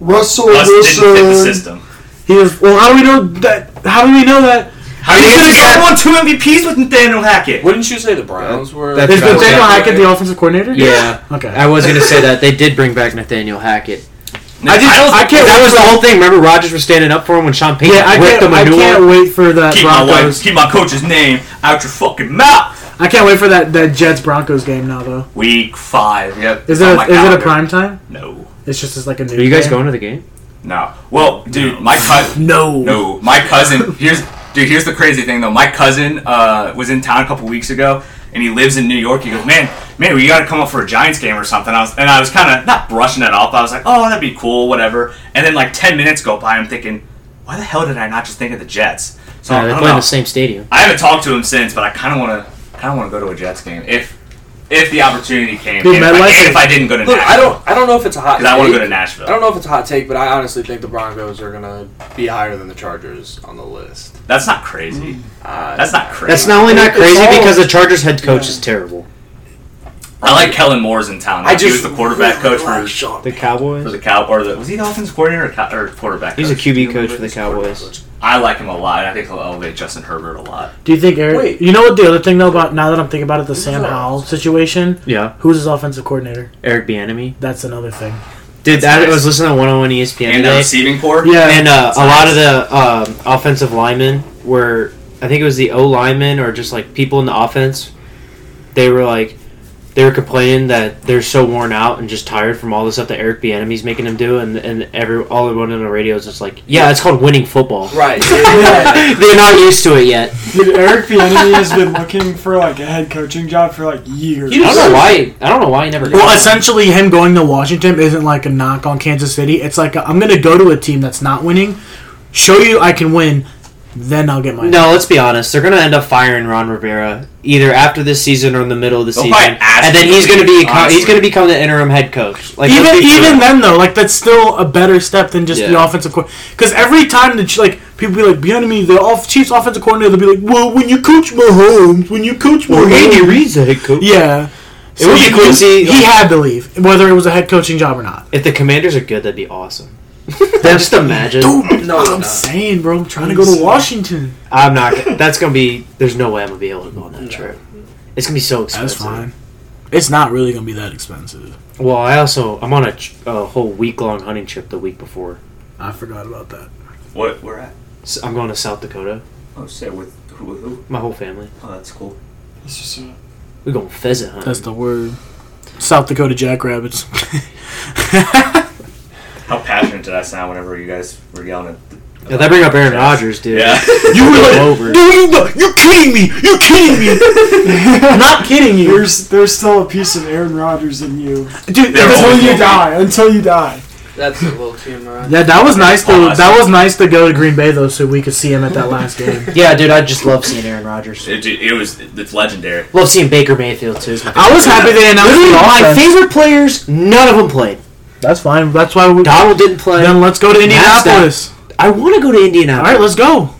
Russell Russ didn't fit the Wilson. system. He was. Well, how do we know that? How do we know that? How are you going to won two MVPs with Nathaniel Hackett? Wouldn't you say the Browns were? that's Is Travis Nathaniel Hackett the offensive coordinator? Yeah, Okay. I was gonna say that they did bring back Nathaniel Hackett. I, just- don't I can't- That was the whole thing. Remember, Rogers was standing up for him when Sean Payton Yeah, I ripped can't. him a I new can't one. wait for that keep my wife, Broncos. keep my coach's name out your fucking mouth. I can't wait for that that Jets Broncos game now though. Week five. Yep. Oh Is it a, is it a prime time? No. It's just it's like a new. Are you guys game. going to the game? No. Well, dude, my cousin. No. No, my cousin. Here's dude. Here's the crazy thing though. My cousin uh, was in town a couple weeks ago, and he lives in New York. He goes, man, man, we got to come up for a Giants game or something. I was and I was kind of not brushing it off. I was like, oh, that'd be cool, whatever. And then like ten minutes go by, I'm thinking, why the hell did I not just think of the Jets? So No, I they don't play in know. the same stadium. I haven't talked to him since, but I kind of want to, kind of want to go to a Jets game if if the opportunity came. Dude, and MetLife if, I, is- and if I didn't go to Look, Nashville, I don't. I don't know if it's a hot. 'cause I want to take. go to Nashville. I don't know if it's a hot take, but I honestly think the Broncos are gonna be higher than the Chargers on the list. That's not crazy. Uh, That's not crazy. That's not only not It's crazy all- because the Chargers head coach is terrible. I like Kellen Moore's in town. I he just was the quarterback really coach like for, Sean The Payton. for Cowboys. the cow or the was he the offensive coordinator or, co- or quarterback? He's a coach? QB coach for the Cowboys. I like him a lot. and I think he'll elevate Justin Herbert a lot. Do you think Eric? Wait. You know what the other thing though about now that I'm thinking about it, the Sam that? Howell situation. Yeah, Who's his offensive coordinator? Eric Bieniemy. That's another thing. Dude, That's that nice. I was listening to 101 ESPN And the today, receiving core. Yeah. and uh, a nice. lot of the um, offensive linemen were, I think it was the O linemen or just like people in the offense. They were like, they were complaining that they're so worn out and just tired from all the stuff that Eric Bieniemy's making them do, and and every all everyone on the radio is just like, yeah, it's called winning football. Right. yeah, They're not used to it yet. Dude, Eric Bieniemy has been looking for like a head coaching job for like years. I don't know why. I don't know why he never. Well, essentially, him going to Washington isn't like a knock on Kansas City. It's like i am I'm going to go to a team that's not winning, show you I can win, then I'll get my. No, let's be honest. They're going to end up firing Ron Rivera either after this season or in the middle of the They'll season, probably ask and then him he's to going to be leave, he's honestly. going to become the interim head coach. Like even let's be even real. then though, like that's still a better step than just the Yeah. offensive coordinator. Because every time the Ch- like people be like, behind me, the off- Chiefs offensive coordinator, they'll be like, well, when you coach Mahomes, when you coach Mahomes, Reid's the head coach. yeah. It would be cool to see, He like- had to leave, whether it was a head coaching job or not. If the Commanders are good, that'd be awesome. Just imagine. no, it's I'm not. saying, bro, I'm trying to go to Washington. I'm not. gonna- That's going to be. There's no way I'm going to be able to go on that trip. It's going to be so That's expensive. fine. It's not really gonna be that expensive. Well, I also I'm on a, ch- a whole week long hunting trip the week before. I forgot about that. What? Where at? So I'm going to South Dakota. Oh shit! With who? with who? My whole family. Oh, that's cool. It's just, uh, We're going pheasant hunting. That's the word. South Dakota Jackrabbits. How passionate did I sound whenever you guys were yelling at? The, yeah, that bring up Aaron Rodgers, dude. yeah. you were like, Over. dude, you know- you're kidding me. You're kidding me. not kidding you, there's there's still a piece of Aaron Rodgers in you dude. They're that's- all- until you die. Until you die. That's a little team, right? yeah, that was nice though. Awesome. That was nice to go to Green Bay though, so we could see him at that last game. Yeah, dude, I just love seeing Aaron Rodgers. It, it was it's legendary. Love seeing Baker Mayfield too. I was happy they announced Literally, the my offense. favorite players, none of them played. That's fine. That's why we. Donald didn't play. Then let's go to Matt's down. Indianapolis. I want to go to All Indianapolis. right, let's go.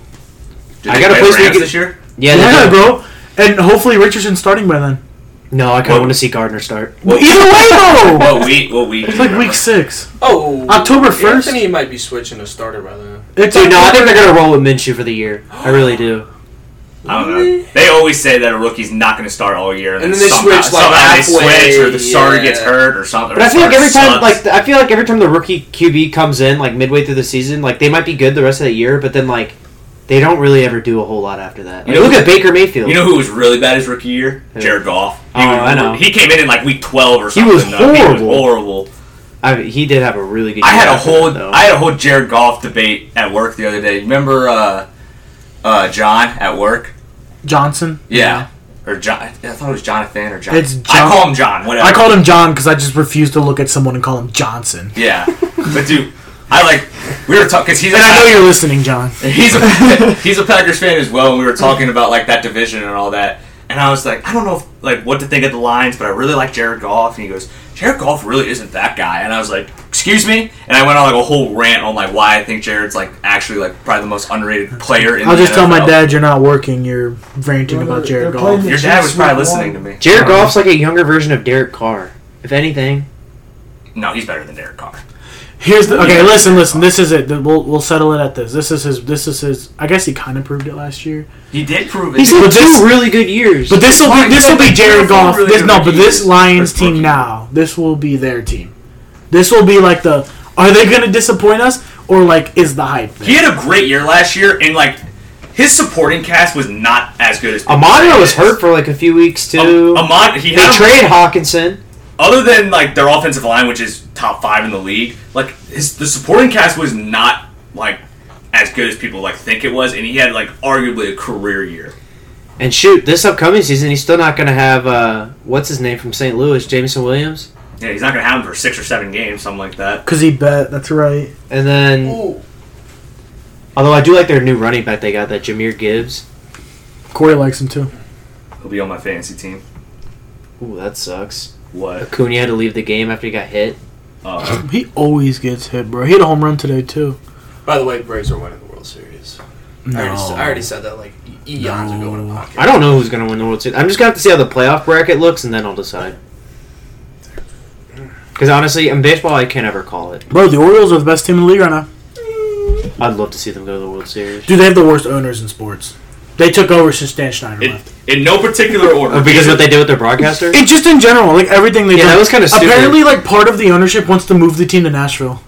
Did I they got a play place we Rams could- this year. yeah, Yeah, they- bro. And hopefully Richardson's starting by then. No, I kind of want to see Gardner start. Well, either way though. What week? What week? It's like week six. Oh, October 1st? Anthony might be switching a starter by then. It's Dude, no, I think they're gonna roll with Minshew for the year. I really do. I don't know. They always say that a rookie's not going to start all year, and, And then then they somehow, switch, like, somehow they halfway, switch, or the starter yeah. gets hurt, or something. But I feel like every time, like I feel like every time the rookie QB comes in, like midway through the season, like they might be good the rest of the year, but then like they don't really ever do a whole lot after that. You Like, know- look at Baker Mayfield. you know who was really bad his rookie year? Who? Jared Goff. He Oh, was- I know. He came in in like week twelve or He something. was though. He was horrible. horrible. I mean, he did have a really good. I year had a after whole that, though. I had a whole Jared Goff debate at work the other day. Remember uh, uh, John at work? Johnson. Yeah. Or John? I thought it was Jonathan or John. It's I John- call him John. Whatever. I called him John because I just refused to look at someone and call him Johnson. Yeah. But dude, I like we were talking because he's. a And I know Pac- you're listening, John. he's a he's a Packers fan as well, and we were talking about like that division and all that. And I was like, I don't know if, like what to think of the lines, but I really like Jared Goff. And he goes, Jared Goff really isn't that guy. And I was like, excuse me. And I went on like a whole rant on like why I think Jared's like actually like probably the most underrated player in. I'll the just tell my NFL. dad you're not working. You're ranting Well, about they're- Jared they're Goff. playing- Your dad was probably listening to me. Jared Goff's like a younger version of Derek Carr. If anything, No, he's better than Derek Carr. Here's the okay. Yeah. Listen, listen. This is it. We'll we'll settle it at this. This is his. This is his. I guess he kind of proved it last year. He did prove it. he's had But two this- really good years. But this will be this will be Jared Goff. This, no, but this Lions First rookie. team now. This will be their team. This will be like the. Are they going to disappoint us or like is the hype? there? he had a great year last year, and like his supporting cast was not as good as. people say Amado it was is. hurt for like a few weeks too. Am- Amon, he they had a- trade Hawkinson. other than like their offensive line, which is top five in the league, like his the supporting cast was not like as good as people like think it was, and he had like arguably a career year. And shoot, this upcoming season, he's still not going to have uh, what's his name from St. Louis, Jameson Williams, Yeah, he's not gonna have him for six or seven games, something like that. Cause he bet. That's right. and then Ooh, although I do like their new running back they got that Jameer Gibbs. Corey likes him too. He'll be on my fantasy team. Ooh, that sucks. What? Acuna had to leave the game after he got hit. Oh, He always gets hit, bro. He hit a home run today too. By the way, Braves are winning the World Series. I, already, s- I already said that like e- eons ago in a podcast. I don't know who's gonna win the World Series. I'm just gonna have to see how the playoff bracket looks, and then I'll decide. Because honestly, in baseball, I can't ever call it. Bro, the Orioles are the best team in the league right now. I'd love to see them go to the World Series. Dude, they have the worst owners in sports. They took over since Dan Schneider in, left. in no particular order. Oh, because what they did with their broadcaster? It just in general, like everything they Yeah, do. that was kinda stupid. Apparently, like part of the ownership wants to move the team to Nashville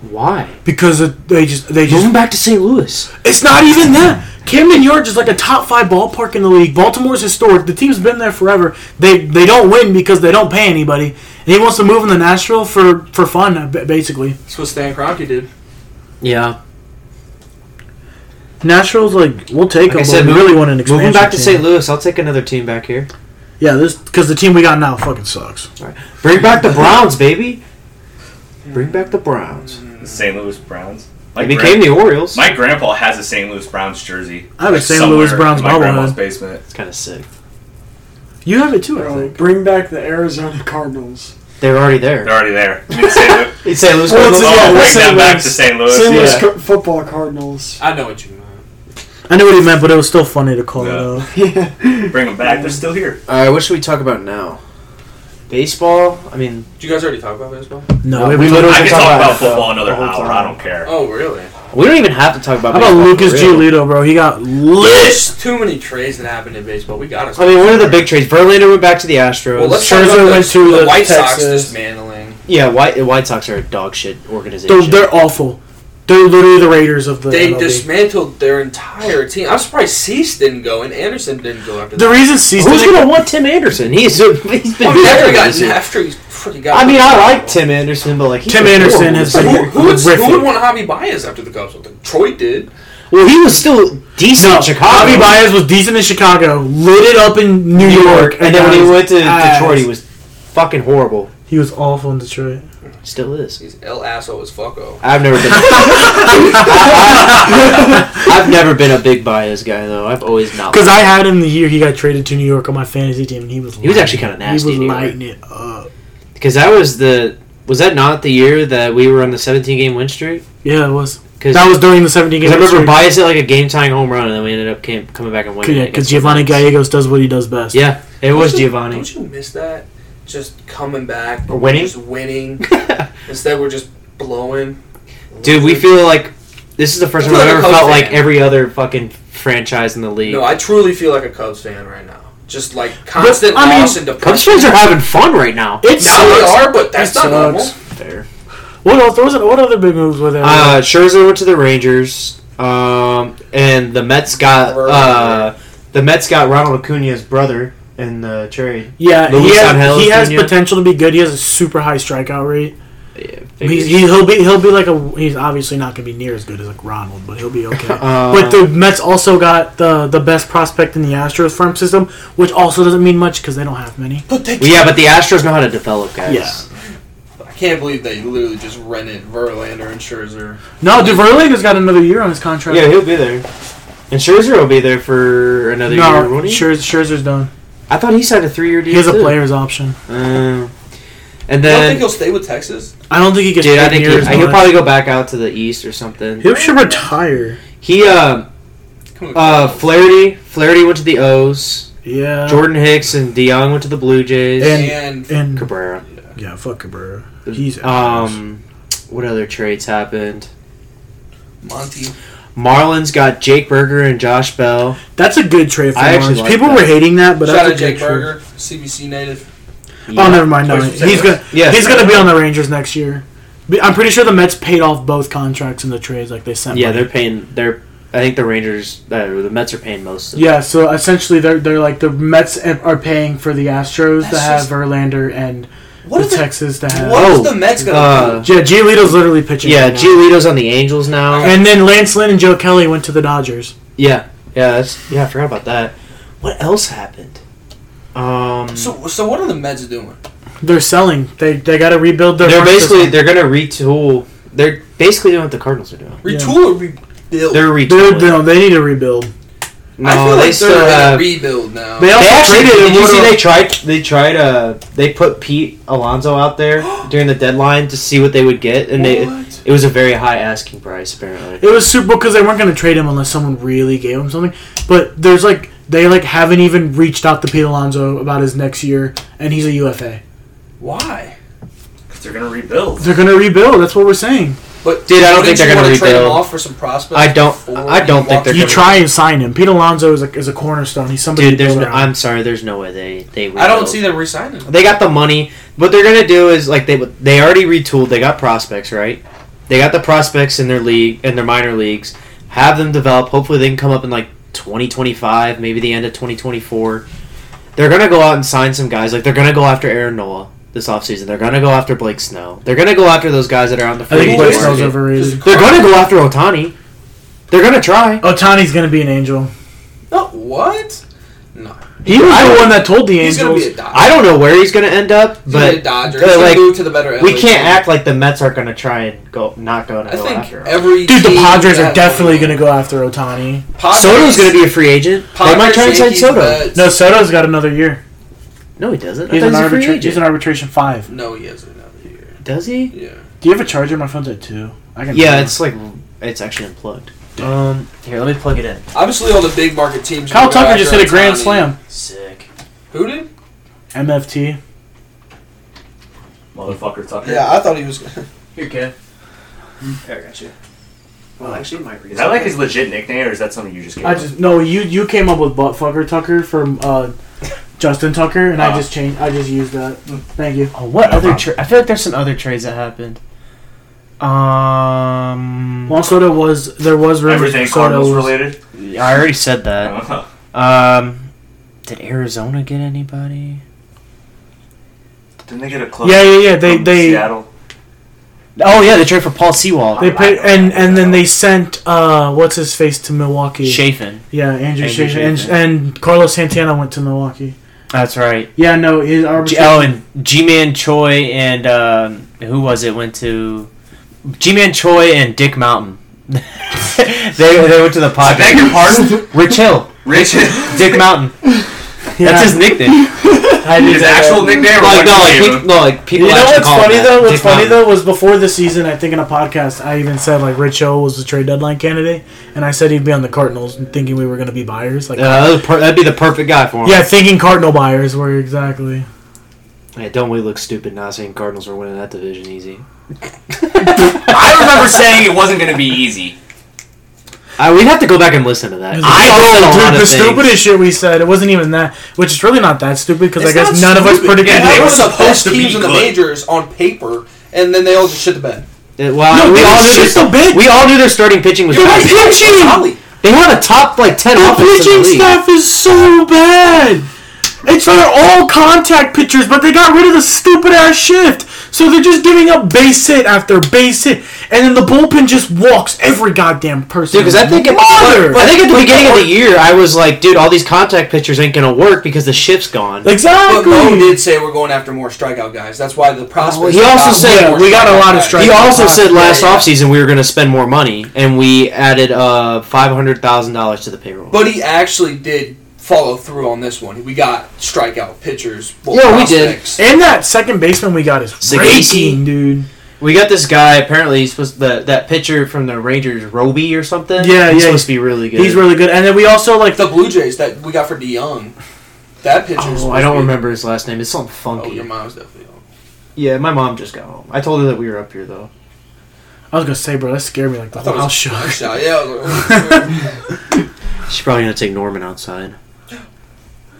Why? because it, they just they Move just them back to St. Louis. It's not even that. Camden Yards is like a top five ballpark in the league. Baltimore's historic. The team's been there forever. They they don't win because they don't pay anybody. And he wants to move into Nashville for for fun, uh, ba- basically. That's what Stan Kroenke did. Yeah. Nashville's like we'll take Like him, I said, but move, we really want an expansion. move them back to team. St. Louis. I'll take another team back here. Yeah, this because the team we got now fucking sucks. Bring back the Browns, baby. Bring back the Browns. The St. Louis Browns. They Like became the Orioles. My grandpa has a St. Louis Browns jersey. I have a St. Louis somewhere Browns in my bobblehead. grandma's basement. It's kind of sick. You have it too, I Bro, think. bring back the Arizona Cardinals. They were already there. They're already there. I mean, St. Louis. It's St. Louis. Well, it's- Cardinals. yeah, Oh, bring that's them St. back Louis. to St. Louis. St. Louis yeah. Car- football Cardinals. I know what you meant. I know what he meant, but it was still funny to call Yeah. it out. Bring them back. They're still here. All right, what should we talk about now? Baseball. I mean, Did you guys already talk about baseball? No, No, we we literally. literally- I can talk talk about about it, football though, another the whole hour. time. I don't care. Oh, really? we don't even have to talk about. How about baseball Lucas for real. Giolito, bro? He got lit. There's too many trades that happened in baseball. We got us. I mean, what are the big trades? Verlander went back to the Astros. Well, let's Scherzer talk about went the, to the, the White Sox Texas. dismantling. yeah, White White Sox are a dog shit They're, organization. they're awful. They're literally the Raiders of the. They MLB. dismantled their entire team. I'm surprised Cease didn't go and Anderson didn't go after The that. reason Cease Who's didn't gonna want Tim Anderson? He's he's been. I mean, after he terrible got, this year. after he freaking got. I mean, I like Tim Anderson, but like he Tim was horrible. Anderson has been- Who, who, would, who Horrific. would want Javi Baez after the Cubs? Troy did. Well, he was still decent No, in Chicago. Javi Baez was decent in Chicago, lit it up in New, New York, and then when he guys- went to ass. Detroit, he was fucking horrible. he was awful in Detroit. Still is. He's El Asshole as fucko. I've never been. I, have never been a big Baez guy though. I've always not. Because I had him the year he got traded to New York on my fantasy team, and he was He was actually kinda nasty He in New was York. lighting it up. Because that was the was that not the year that we were on the 17 game win streak? Yeah, it was. Because That was during the 17 game. I remember streak. Bias hit like a game tying home run, and then we ended up came, coming back and winning. yeah, because against Giovanni the Mets. Gallegos does what he does best. Yeah, it was Don't you- Giovanni. Don't you miss that? Just coming back, Or winning? just winning. Instead, we're just blowing. Dude, we feel like this is the first I time feel I've like a ever Cubs felt like fan. every other fucking franchise in the league. No, I truly feel like a Cubs fan right now. Just like constant I mean, loss and depression. Cubs fans Um, are having fun right now. It now they sucks. are, but that's It not normal. sucks. Fair. What else? There was what other big moves were there? Uh, Scherzer went to the Rangers, um, and the Mets got uh, the Mets got Ronald Acuna's brother in the trade. yeah, he, Luis had- Angel he has Jr. potential to be good. He has a super high strikeout rate. Yeah, He's, he, he'll be he'll be like a he's obviously not gonna be near as good as like Ronald, but he'll be okay. Uh, but the Mets also got the the best prospect in the Astros farm system, which also doesn't mean much because they don't have many. But they, Well, yeah, but the Astros know how to develop guys. Yeah. I can't believe they literally just rented Verlander and Scherzer. No, Verlander's got another year on his contract. Yeah, he'll be there. And Scherzer will be there for another year. no, won't he? Scherz, Scherzer's done. I thought he signed a three-year deal. He has a too. player's option. Um, and I don't think then, he'll stay with Texas. I don't think he gets dude, I paid think near as he, he'll much. probably go back out to the East or something. He should retire. He, uh, Come uh, on, Flaherty, Flaherty went to the O's. Yeah, Jordan Hicks and DeYoung went to the Blue Jays. Uh-huh. And- and and Cabrera. yeah, fuck Cabrera. He's Um, what other trades happened? Monty. Marlins got Jake Berger and Josh Bell. that's a good trade for I actually Marlins. like People that. were hating that, but Shout that's out a good Jake trade. Berger, CBC native. Oh, never mind. No, Twice from St. he's Louis. gonna Yeah. he's gonna be on the Rangers next year. Be- I'm pretty sure the Mets paid off both contracts in the trades, like they sent. Yeah, money. they're paying. They're. I think the Rangers, uh, the Mets are paying most. Of it. yeah. So essentially, they're they're like the Mets are paying for the Astros to That's have just- Verlander and What the is the, Texas to have. what Oh, is the Mets gonna uh, Yeah, Giolito's literally pitching. Yeah, right now. Giolito's on the Angels now. And then Lance Lynn and Joe Kelly went to the Dodgers. Yeah, yeah, that's yeah. I forgot about that. What else happened? Um, do? So, so what are the Mets doing? They're selling. They they got to rebuild their. they're farm basically system. they're gonna retool. They're basically doing what the Cardinals are doing. Retool or rebuild? They're They're- retooling. no, they need to rebuild. No, I feel they like still they're have. in a rebuild now. They They also actually, traded did you see Eduardo- they tried? They tried. Uh, they put Pete Alonso out there during the deadline to see what they would get, and they What? it was a very high asking price apparently. It was Super Bowl because they weren't going to trade him unless someone really gave him something. But there's like they like haven't even reached out to Pete Alonso about his next year, and he's a UFA. Why? Because they're gonna rebuild. They're going to rebuild. That's what we're saying. But Dude, I don't wouldn't think they're you gonna wanna Trade him rebuild. off for some prospects. I don't- before I don't you think walk they're the- You try and sign him. Pete Alonso is a, is a cornerstone. He's somebody. Dude, to there's build no, around. I'm sorry, there's no way they they. I don't rebuild. see them resigning. him. They got the money. What they're gonna do is like they they already retooled. They got prospects right. They got the prospects in their league in their minor leagues. Have them develop. Hopefully, they can come up in like 2025, maybe the end of 2024. They're gonna go out and sign some guys. Like they're gonna go after Aaron Noah this offseason. They're gonna go after Blake Snow. They're gonna go after those guys that are on the I think free Blake Blake agent Snow's Snell's market. overrated. They're gonna go after Otani. They're gonna try. Oh, Otani's going to be an angel. No, what? No, He was the one that told the he's gonna Angels. be a Dodger. I don't know where he's gonna end up, He's gonna be a but Dodger. but, He's gonna like, move to the better. we LA can't team. act like the Mets are gonna try and go not go. I to go think after him. every Dude, the team Padres are that- definitely going to go after Otani. Padres- Soto's going to be a free agent. they might Padres, try and sign Yankees, Soto. Mets. No, Soto's got another year. No, he doesn't. I He's thought an, he's a free arbitra- he's agent. an arbitration five. No, he has another year. Does he? Yeah. Do you have a charger? My phone's at two. I can. Yeah, it's like it's actually unplugged. Um, here, let me plug it in. Obviously, all the big market teams. are Kyle gonna go Tucker just after hit a grand slam. Ohtani. Sick. Who did? MFT. Motherfucker Tucker. Yeah, I thought he was. gonna- Here, kid. There, I got you. Well, Oh, actually, my Is that like his legit nickname, or is that something you just gave I him? just no. You you came up with buttfucker Tucker from uh, Justin Tucker, and I Uh. just changed. I just used that. Thank you. Oh, what No other? problem. Tra- I feel like there's some other trades that happened. Um, Juan Soto was there was rumors Everything Soto Cardinals was- related. I already said that. Uh-huh. Um, did Arizona get anybody? Didn't they get a club? Yeah, yeah, yeah. They from they Seattle. Oh yeah, they traded for Paul Sewall. they paid and and then they sent uh what's his face to Milwaukee. Chafin. Yeah, Andrew, Andrew Chafin. And, Chafin. and Carlos Santana went to Milwaukee. That's right. Yeah, no, his G- arbitration. oh, and G Man Choi and um, who was it went to G Man Choi and Dick Mountain. they they went to the I beg your podcast. pardon, Rich Hill, Rich. Dick Mountain. yeah, That's his nickname. I did His that. actual nickname, or Like what no, you like, gave pe- him? no, like people. You know actually what's call him funny that. though? What's Dick funny Mountain. though was before the season, I think in a podcast, I even said like Rich Hill was the trade deadline candidate, and I said he'd be on the Cardinals, and thinking we were going to be buyers. Like, Uh, that'd, per- that'd be the perfect guy for him. yeah, thinking Cardinal buyers were exactly. Hey, don't we look stupid now saying Cardinals were winning that division easy? I remember saying it wasn't going to be easy. I, Uh, we'd have to go back and listen to that. I Oh, said a lot dude, of the things. stupidest shit we said. It wasn't even that, which is really not that stupid because I It's guess not none of us stupid. predicted. Yeah, They're they it. were one of the supposed best to be teams in the good. majors on paper, and then they all just shit the bed. Uh, well, No, we they all were knew their- just a bit- We all knew their starting pitching was. my bad. pitching! Ollie. They have a top like ten The offense in pitching the league. staff is so bad. It's for all contact pitchers, but they got rid of the stupid ass shift. So they're just giving up base hit after base hit, and then the bullpen just walks every goddamn person. Dude, because I think at the, I think at the beginning of the year, I was like, dude, all these contact pitchers ain't gonna work because the ship's gone. But exactly. Mo did say we're going after more strikeout guys. That's why the prospects. he are also not said more we got a lot of strikeouts. guys. he also said last Yeah, yeah. offseason we were gonna spend more money, and we added uh five hundred thousand dollars to the payroll. But he actually did follow through on this one. We got strikeout pitchers. well, Yeah, we did. prospects. and that second baseman we got is Sagarsky. raking, dude. we got this guy. Apparently, he's supposed the that pitcher from the Rangers, Roby or something. Yeah, he's yeah. supposed to be really good. He's really good. And then we also like The Blue Jays that we got for DeYoung, that pitcher. Oh, I don't remember his last name. It's something funky. Oh, your mom's definitely on. yeah, my mom just got home. I told her that we were up here though. I was gonna say, bro, that scared me like the I thought whole it was house shook. Shout. Yeah. I was like, oh, She's probably gonna take Norman outside.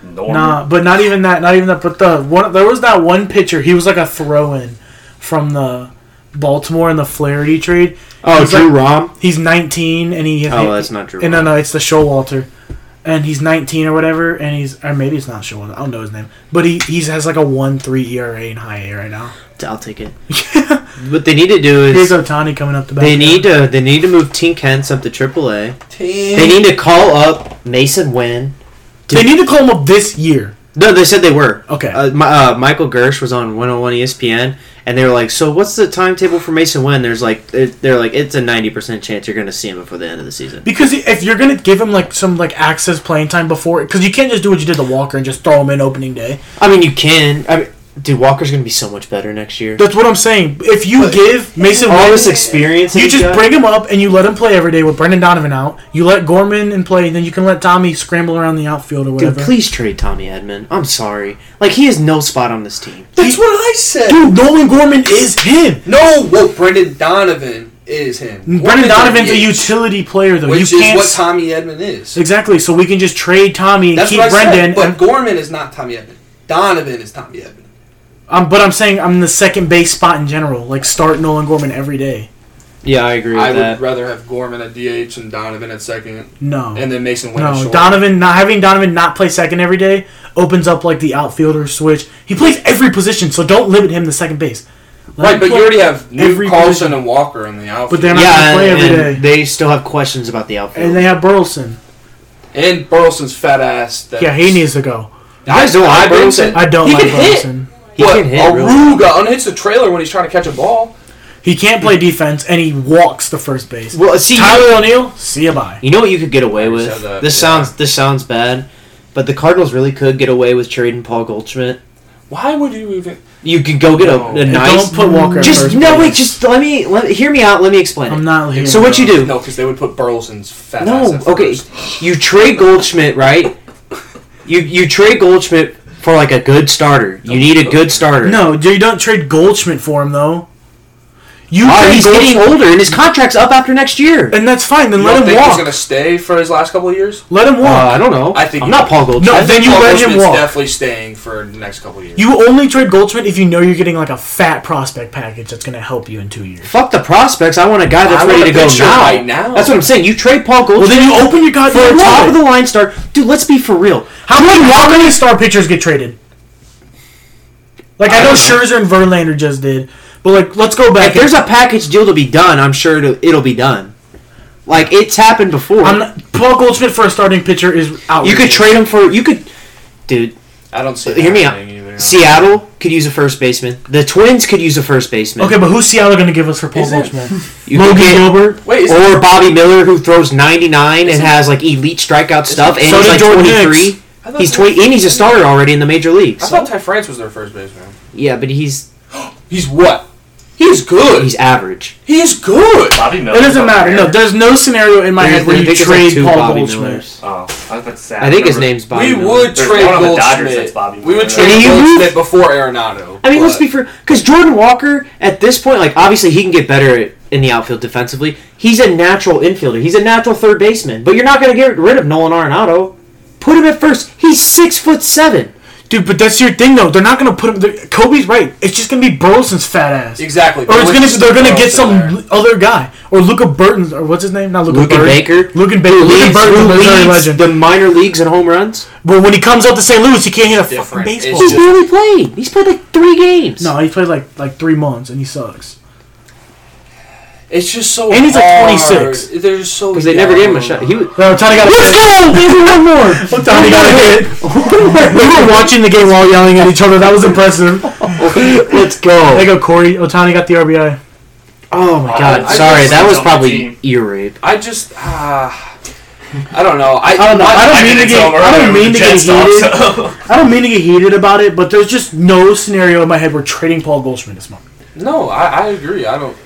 Norman. Nah, but not even that. Not even that. But the one there was that one pitcher. He was like a throw in from the Baltimore in the Flaherty trade. Oh, He's Drew like- Rom. He's 19 and he. Oh, that's not Drew. and no, Rom. no, it's the Showalter, and he's 19 or whatever, and he's or maybe it's not Showalter. I don't know his name, but he he has like a one three ERA in high A right now. I'll take it. what they need to do is Here's Otani coming up the bat. They need to they need to move Tink Hens up to AAA. Team. They need to call up Mason Wynn. They need to call him up this year. No, they said they were. Okay. oh Uh, Mi- uh, Michael Gersh was on 101 ESPN, and they were like, "So what's the timetable for Mason Wen?" There's like, it- they're like, "It's a ninety percent chance you're going to see him before the end of the season." Because if you're gonna give him like some like access playing time before, because you can't just do what you did to Walker and just throw him in opening day. I mean, you can. I mean, dude, Walker's going to be so much better next year. That's what I'm saying. If you give Mason All Wynn- this experience, you he's just got- bring him up and you let him play every day with Brendan Donovan out. You let Gorman and play, and then you can let Tommy scramble around the outfield or Dude, whatever. please trade Tommy Edmond. I'm sorry. Like he has no spot on this team. That's what I said. Dude, Nolan Gorman is him. No, well, Brendan Donovan is him. Brendan Gorman Donovan's a is, utility player though. which you is can't what Tommy Edmond is. exactly. So we can just trade Tommy and That's keep what I Brendan. uh, said. But and- Gorman is not Tommy Edmond. Donovan is Tommy Edmond. um, but I'm saying I'm the second base spot in general. Like start Nolan Gorman every day. Yeah, I agree with I would that. rather have Gorman at DH and Donovan at second, No. and then Mason Wynn. at No, short. Donovan not having Donovan not play second every day opens up like the outfielder switch. He plays every position, so don't limit him to second base. Let Right, him but you play- already have every Nick Carlson position. and Walker on the outfield, But they're not yeah, gonna play and, every day. and they still have questions about the outfield. And they have Burleson. and Burleson's fat ass. That Yeah, he needs to go. You guys don't like I've been Burleson? saying- I don't He like can hit. Burleson. he But can hit. Really. Aruga unhits the trailer when he's trying to catch a ball. He can't play defense, and he walks to first base. Well, see, you, Tyler O'Neill, see you bye. you know what you could get away I with. said that, this yeah. sounds this sounds bad, but the Cardinals really could get away with trading Paul Goldschmidt. Why would you even? You could go get a, a And nice. Don't put Walker. at just first no base. wait. Just let me let hear me out. Let me explain. I'm it. not here. So what you do? No, because they would put Burleson's fat ass. No, at okay. first. You trade Goldschmidt, right? You you trade Goldschmidt for like a good starter. You need a good starter. No, you don't trade Goldschmidt for him though. You Oh, trade he's Goldschmidt, getting older, and his contract's up after next year. and that's fine. Then You let don't him think he's walk. gonna stay for his last couple of years? Let him Uh, walk. I don't know. I think I'm you- not Paul Goldschmidt. No, I then think you Paul let him Goldschmidt's walk. definitely staying for the next couple of years. You only trade Goldschmidt if you know you're getting like a fat prospect package that's going to help you in two years. fuck the prospects. I want a guy that's I want ready a to go pitcher now. right now. That's what I'm saying. You trade Paul Well, Goldschmidt then you open your for goddamn a top of wallet. the line star. Dude, let's be for real. How many how many star pitchers get traded? Like I, know Scherzer and Verlander just did, but like let's go If back. there's a package deal to be done, I'm sure it'll, it'll be done. Like it's happened before. I'm not, Paul Goldschmidt for a starting pitcher is out. you could trade him for you could, dude. I don't see. Hear me that out. happening either. Seattle could use a first baseman. The Twins could use a first baseman. Okay, but who's Seattle going to give us for Paul Is it- Goldschmidt? you could Logan get- Gilbert. Wait, is or Bobby Miller who throws 99 and has like elite strikeout stuff, and So he's did like Jordan 23. Hicks. I thought He's Ty- 20, and he's a starter already in the major leagues. I thought Ty France was their first baseman. yeah, but he's He's what? He's good. he's average. He's good. Bobby Miller. It doesn't matter. No, there's no scenario in my There's- head where I you think it's, like, trade two Paul Bobby Goldschmidt. Millers. Oh, I was about to say. I think his remember- name's Bobby. We Miller. would There's trade one on the Dodgers that's Goldschmidt. Bobby we would Miller. trade And he Goldschmidt before Arenado. I mean, let's but- be fair, because Jordan Walker at this point, like obviously he can get better at, in the outfield defensively. He's a natural infielder. He's a natural third baseman. But you're not going to get rid of Nolan Arenado. Put him at first. He's six foot seven. Dude, but that's your thing though. They're not going to put him. they're- Kobe's right. It's just going to be Burleson's fat ass. exactly. Or but it's with gonna they're gonna get Burleson some there. l- other guy or Luca Burton or what's his name? Not Luca Luka Burton. Baker? Luca Baker. Luca Leads- Burton, who Missouri leads legend. the minor leagues in home runs. but when he comes out to St. Louis, he can't hit a fucking Different. baseball. It's He's just- barely played. He's played like three games. no, he played like like three months and he sucks. It's just so. And he's, like, hard. 26. They're just so. because they never gave him a shot. He was. No, Tony got a Let's go! Baby, one more. Tony got a hit. we were watching the game while yelling at each other. That was impressive. Let's There go. you go, Corey. Otani got the RBI. Oh my god. I just Sorry, that jumped was on the probably team. ear rape. I just. ah, I don't know. I, I don't know. I don't I mean mean, to it's get. over. I don't with mean to the get Jets talk, heated. so- I don't mean to get heated about it, but there's just no scenario in my head where trading Paul Goldschmidt is smart. No, I, I agree. I don't.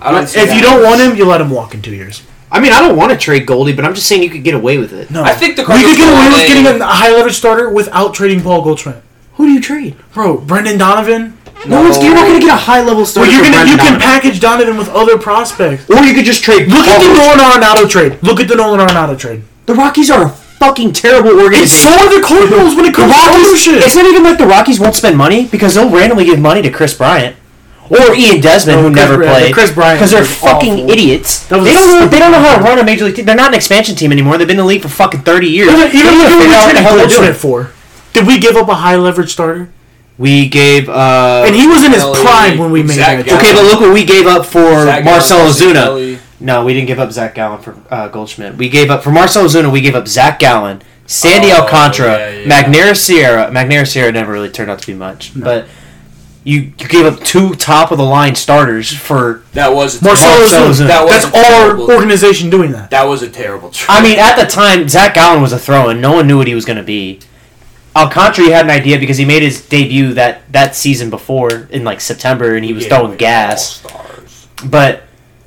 I don't. see If that. you don't want him, you let him walk in two years. I mean, I don't want to trade Goldie, but I'm just saying you could get away with it. No, I think the we Cardinals could get away won with a- getting a high leverage starter without trading Paul Goldschmidt. Who do you trade? Bro, Brendan Donovan. No, one's, you're not going to get a high level Well, starter. you're for gonna you Brendan can Donovan. package Donovan with other prospects. or you could just trade. Look at Paul the Goldschmidt. Nolan Arenado trade. Look at the Nolan Arenado trade. The Rockies are a fucking terrible And organization. so are the Cardinals when it comes to ownership. It's not even like the Rockies won't spend money because they'll randomly give money to Chris Bryant or Ian Desmond, No, who Chris never Bryant- played. Chris Bryant because they're was fucking awful. idiots. They That was a don't know. They stupid don't know how to run a major league team. They're not an expansion team anymore. They've been in the league for fucking thirty years. Even, They even need to who figure we out what the traded hell they're doing. Goldschmidt for. Did we give up a high leverage starter? We gave. Uh, And he was in his Kelly, prime when we made Zach that. Gallen. trade. okay, but look what we gave up for Zach Marcelo Gallen, Zuna. Kelly. No, we didn't give up Zach Gallen for uh, Goldschmidt. We gave up for Marcelo Zuna. We gave up Zach Gallen, Sandy Oh, Alcantara, yeah, yeah. Magnera Sierra. Magnera Sierra never really turned out to be much, but You you gave up two top of the line starters for That was a Marcelo's Marcelo's doing in. that. That was That's our terrible. organization doing that. That was a terrible try. I mean, at the time, Zach Allen was a throw, and no one knew what he was going to be. Alcantara had an idea because he made his debut that, that season before in like September, and he was Yeah, throwing like gas. all-stars. But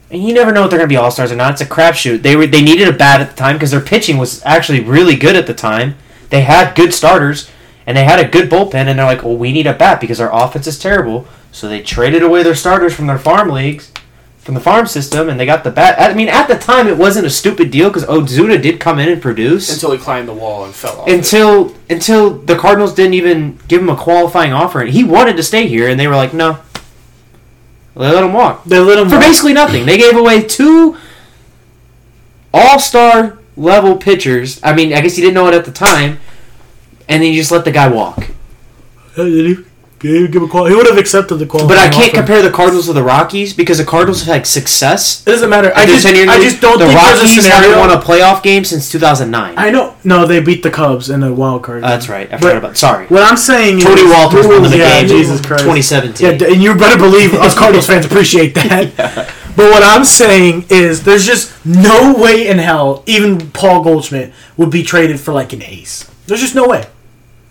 you never know if they're going to be all stars or not. It's a crapshoot. They were they needed a bat at the time because their pitching was actually really good at the time. They had good starters and they had a good bullpen, and they're like, well, we need a bat because our offense is terrible. So they traded away their starters from their farm leagues, from the farm system, and they got the bat. I mean, at the time, it wasn't a stupid deal because Ozuna did come in and produce Until he climbed the wall and fell off. it. until until the Cardinals didn't even give him a qualifying offer, and he wanted to stay here, and they were like, no, they let him walk They let him. for walk. basically nothing. They gave away two all-star level pitchers. I mean, I guess you didn't know it at the time, and then you just let the guy walk. Yeah, did he, he, would give a qual- he would have accepted the quality. But I can't compare the Cardinals to the Rockies because the Cardinals have had success. It doesn't matter. I in their just, tenure in the I league. just don't the think Rockies there's a scenario. haven't won a playoff game since 2009. I know. No, they beat the Cubs in the wild card. Uh, that's right. I But- forgot about. Sorry. What I'm saying Tony is, Walters won the yeah, game. Jesus Christ. 2017. Yeah, d- and you better believe us Cardinals fans appreciate that. But what I'm saying is, there's just no way in hell even Paul Goldschmidt would be traded for like an ace. There's just no way.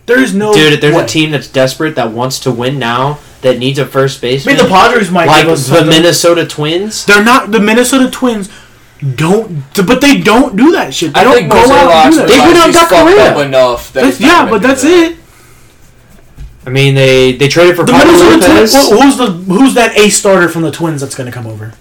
There is no Dude, if there's way. a team that's desperate that wants to win now, that needs a first I baseman, mean, the Padres might like give us the something. Minnesota Twins. They're not the Minnesota Twins. Don't, but they don't do that shit. They I don't think go Jose out and do that. Altuve's They went out and got fucked Correa. up enough. That That's- he's not yeah, gonna but do that's that. it. I mean, they they traded for The Pablo Minnesota Lopez, Twins. wh- Who's the who's that ace starter from the Twins that's going to come over?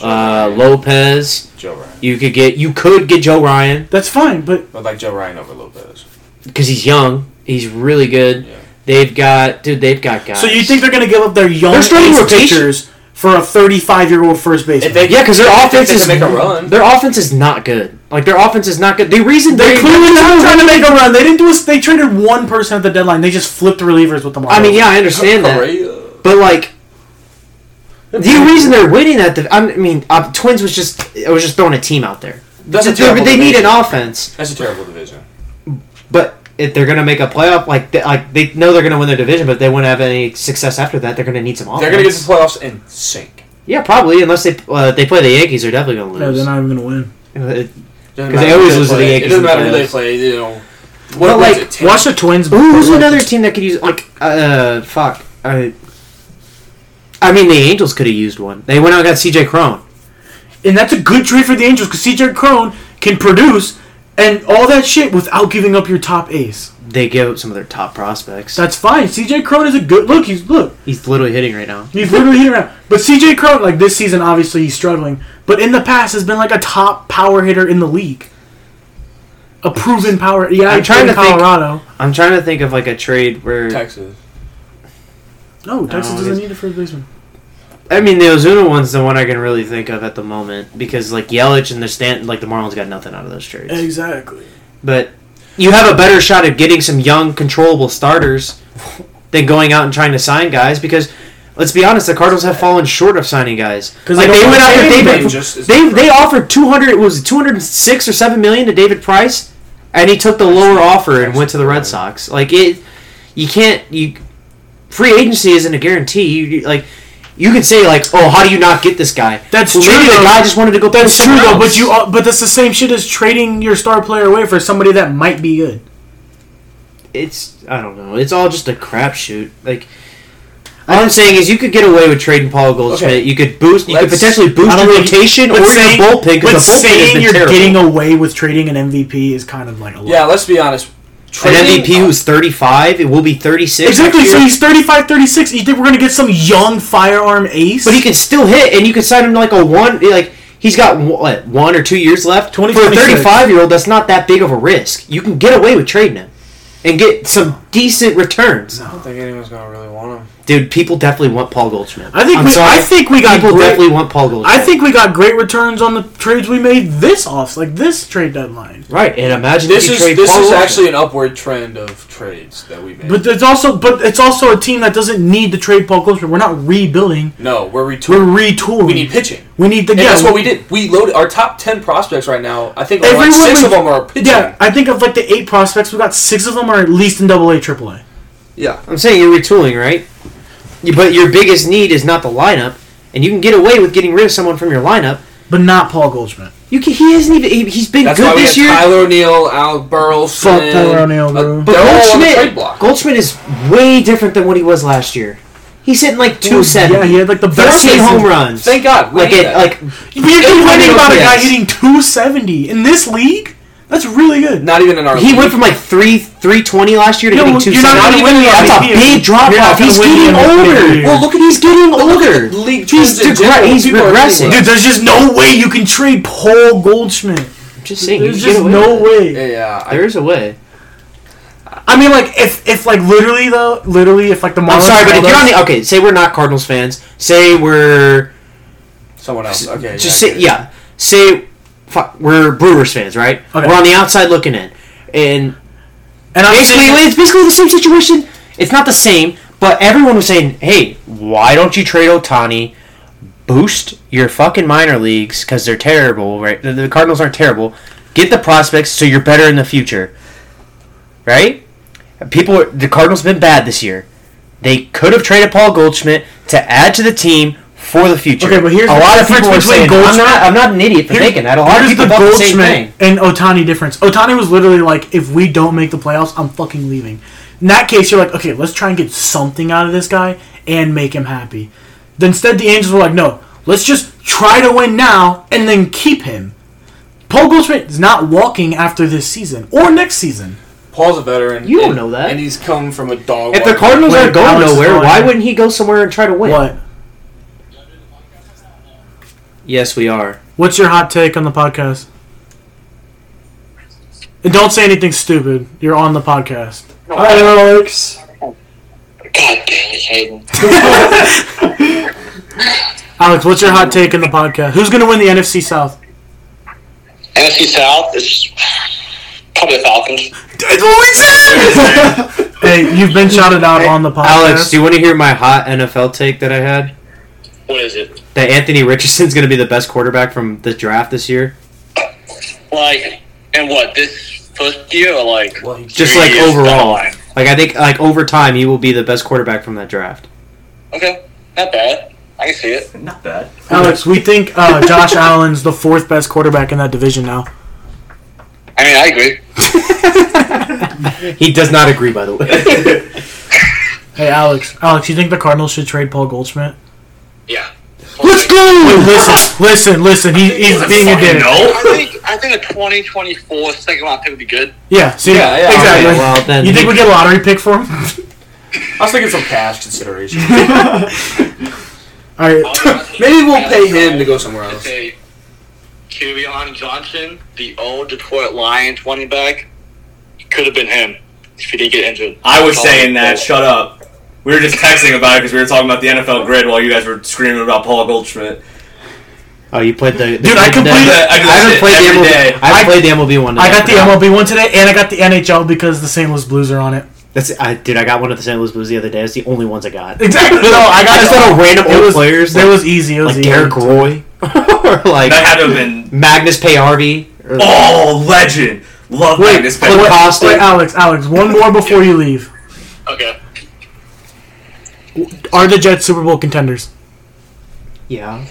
uh, Lopez. Joe Ryan. You could get you could get Joe Ryan That's fine, but I'd like Joe Ryan over Lopez. because he's young. He's really good. Yeah. They've got dude. They've got guys. so you think they're going to give up their young They're starting ace rotation. pitchers for a 35 year old first baseman? If they- yeah, because their They offense can is make a run. Their offense is not good. Like their offense is not good. The reason They they clearly not trying to make a run. They didn't do a. They traded one person at the deadline. They just flipped relievers with them. all I mean, over. yeah, I understand that. Correa. But like, the reason they're winning that, div- I mean, uh, Twins was just I was just throwing a team out there. That's a They- terrible they need division. an offense, That's a terrible division. but if they're gonna make a playoff, like they, like they know they're gonna win their division, but if they won't have any success after that. They're gonna need some offense. They're gonna get to the playoffs and sink. yeah, probably unless they uh, they play the Yankees, they're definitely gonna No, lose. they're not even going to win. Uh, Doesn't 'Cause they matter who always lose to the play. Yankees It doesn't in the matter who they playoffs. play. You know, But, what was like, it, ten? Watch the Twins. Who- Who's another team that could use like uh fuck? I, I mean, the Angels could have used one. They went out and got C.J. Crone. And that's a good trade for the Angels because CJ Crone can produce and all that shit without giving up your top ace. They give up some of their top prospects. That's fine. CJ Crone is a good look. He's look. He's literally hitting right now. He's literally hitting around. But CJ Crone, like this season, obviously he's struggling. But in the past, has been like a top power hitter in the league. A proven power. Yeah, I'm I'm trying trying in to think- Colorado. I'm trying to think of like a trade where Texas. No, Texas it doesn't is- need a first baseman. I mean the Ozuna one's the one I can really think of at the moment because like Yelich and the Stanton like the Marlins got nothing out of those trades. Exactly. But you have a better shot at getting some young controllable starters than going out and trying to sign guys because let's be honest, the Cardinals have fallen short of signing guys. 'Cause Like they they don't went want out to there, pay David, them, just as they the they Cardinals. offered two hundred was it two hundred six or seven million to David Price, and he took the lower offer and went to the Red Sox. Like it, you can't you free agency isn't a guarantee. You, you like. You can say like, "Oh, how do you not get this guy?" That's Well, Maybe true, the though. guy just wanted to go. play That's true somewhere though, else. but you are, but that's the same shit as trading your star player away for somebody that might be good. it's I don't know. It's all just a crapshoot. Like all I'm saying is you could get away with trading Paul Goldschmidt. Okay. You could boost. You could Let's- potentially I boost don't your think- rotation or but your saying- bullpen but because the bullpen has saying been you're terrible. getting away with trading an MVP is kind of like a lot. Yeah, let's be honest. an Trading- MVP who's 35, it will be 36. Exactly. next So year, he's 35, 36. You think we're gonna get some young firearm ace? but he can still hit, and you could sign him to like a one. Like he's got what one or two years left. 20, For a 26. 35 year old, that's not that big of a risk. You can get away with trading him and get some decent returns. I don't think anyone's gonna really want him. Dude, people definitely want Paul Goldschmidt. I think I'm we, sorry. I think we got people definitely great, want Paul Goldschmidt. I think we got great returns on the trades we made this off, like this trade deadline. Right, and imagine This if you is trade this Paul is Goldschmidt. actually an upward trend of trades that we made. But it's also but it's also a team that doesn't need to trade Paul Goldschmidt. We're not rebuilding. no, we're We're retooling. retooling. We need pitching. We need the And yeah, that's what we we- did. We loaded our top ten prospects right now. I think like Everyone six we- of them are pitching. Yeah, I think of like the eight prospects, we got six of them are at least in Double A, Triple A. yeah. I'm saying you're retooling, right? You- But your biggest need is not the lineup, and you can get away with getting rid of someone from your lineup. but not Paul Goldschmidt. You can, he hasn't even. He, he's been That's why good we this had year. Tyler O'Neill, Al Burleson. Uh, Fuck Tyler O'Neill, bro. But They're all on the trade Goldschmidt, block. Goldschmidt is way different than what he was last year. He's hitting like two seven. Yeah, he had like the 13 best season. home runs. Thank God. we Like need it, that. like But You're complaining It- about a guy yes. hitting 270 in this league? That's really good. not even in our. he league. went from like three three twenty last year to No, hitting two you're not seven. gonna win the That's MVP. a big drop You're not off. gonna He's win getting the MVP. older. Well, look at he's getting look at older. the league he's trends in degre- general. he's People are regressing. doing Dude, there's just no way you can trade Paul Goldschmidt. I'm just saying, There's you get just away no with it. way. Yeah, I- There is a way. I mean, like if if like literally though, literally if like the Marlins. I'm sorry, but if called you're on us- the okay, say we're not Cardinals fans. Say we're someone else. Okay, just yeah, say yeah. Say fuck, we're Brewers fans, right? Okay. We're on the outside looking in, and and I'm basically saying- it's basically the same situation. It's not the same, but everyone was saying, "Hey, why don't you trade Otani? Boost your fucking minor leagues because they're terrible, right? The, the Cardinals aren't terrible. Get the prospects so you're better in the future, right? People, are, the Cardinals have been bad this year. They could have traded Paul Goldschmidt to add to the team." For the future, Okay, but here's a the lot of difference people are between saying, I'm Goldschmidt- not, I'm not an idiot for Here- thinking that. A lot of here's people the thought the same Goldschmidt thing. and Otani difference. Otani was literally like, if we don't make the playoffs, I'm fucking leaving. In that case, you're like, okay, let's try and get something out of this guy and make him happy. Then Instead, the Angels were like, no, let's just try to win now and then keep him. Paul Goldschmidt is not walking after this season or next season. Paul's a veteran. You don't and- know that. and he's come from a dog. If the Cardinals Wait, aren't going Alex is nowhere, calling why me. wouldn't he go somewhere and try to win? What? Yes, we are. What's your hot take on the podcast? And don't say anything stupid. You're on the podcast. Hi, Alex. God dang it, Hayden. Alex, what's your hot take on the podcast? Who's going to win the NFC South? NFC South is probably the Falcons. Hey, you've been shouted out on the podcast. Alex, do you want to hear my hot NFL take that I had? What is it? That Anthony Richardson's going to be the best quarterback from the draft this year? Like, and what, this first year or like. Well, he Just three like years down the overall. line? Like I think like over time he will be the best quarterback from that draft. Okay, not bad. I can see it. Not bad. Alex, we think uh, Josh Allen's the fourth best quarterback in that division now. I mean, I agree. He does not agree by the way. Hey, Alex, Alex, you think the Cardinals should trade Paul Goldschmidt? Yeah. Wait, listen, listen, listen. He, he's being a dick. No. I think I think a 2024 second round pick would be good. Yeah, see, Yeah, yeah, exactly. Okay, well, then you think he- we get a lottery pick for him? I was thinking some cash consideration. All right. Maybe we'll pay him to go somewhere I'd else. say Kirion Johnson, the old Detroit Lions running back, could have been him if he didn't get injured. I was saying that. Shut up. We were just texting about it because we were talking about the NFL grid while you guys were screaming about Paul Goldschmidt. Oh, you played the, the Dude, I the- completed- I I do haven't shit played the every MLB. day. I haven't I- played the MLB one. I got the MLB one today, and I got the NHL because the St. Louis Blues are on it. That's I, dude. I got one of the St. Louis Blues the other day. It's the only ones I got. Exactly. No, I I got just thought of random it old was, players. It like- was easy. It was like easy. Derek Roy or like That had to have been Magnus Payarvi. Or, oh legend. Love Wait, Magnus Clint Pettit. Costa. Wait, Alex, Alex, one more before you leave. Okay. Are the Jets Super Bowl contenders? Yeah,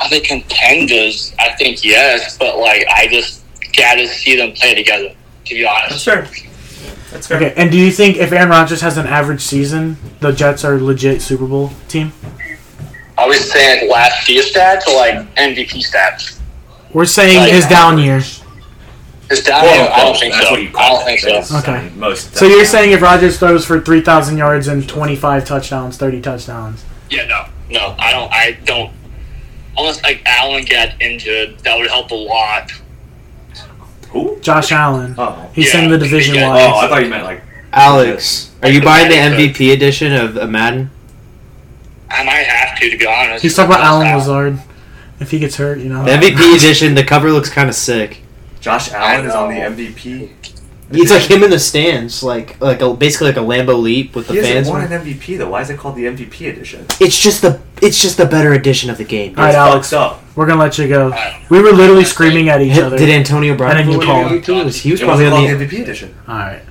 Are they contenders? I think yes, but like I just gotta see them play together. To be honest, Sure. That's fair. Okay, and do you think if Aaron Rodgers has an average season, the Jets are legit Super Bowl team? I was saying last year stats or like MVP stats. We're saying Like his down year. It's down. Well, I don't think that's so. what you I call don't it. think so. That's- Okay. I mean, Most. So you're saying if Rodgers throws for 3,000 yards and 25 touchdowns, 30 touchdowns. Yeah, no, no. I don't. I don't. Unless like Allen got injured, that would help a lot. Who? Josh Allen. Oh. He's Yeah. in the division Yeah. Oh, wise. I thought you meant like. Alex, are you buying the MVP edition of uh, Madden? I might have to, to be honest. He's talking about Allen Lazard. If he gets hurt, you know. The MVP edition. The cover looks kind of sick. Josh Allen is on the MVP. It's like him in the stands, like like a, basically like a Lambo leap with the He hasn't fans. won an MVP though. Why is it called the MVP edition? It's just the it's just the better edition of the game. All right, Alex, Fucked up. we're going to let you go. We were literally screaming at each Hit- other. Did Antonio Brown? And then you pull call it? him. He was It probably wasn't on called the. the MVP edition. All right.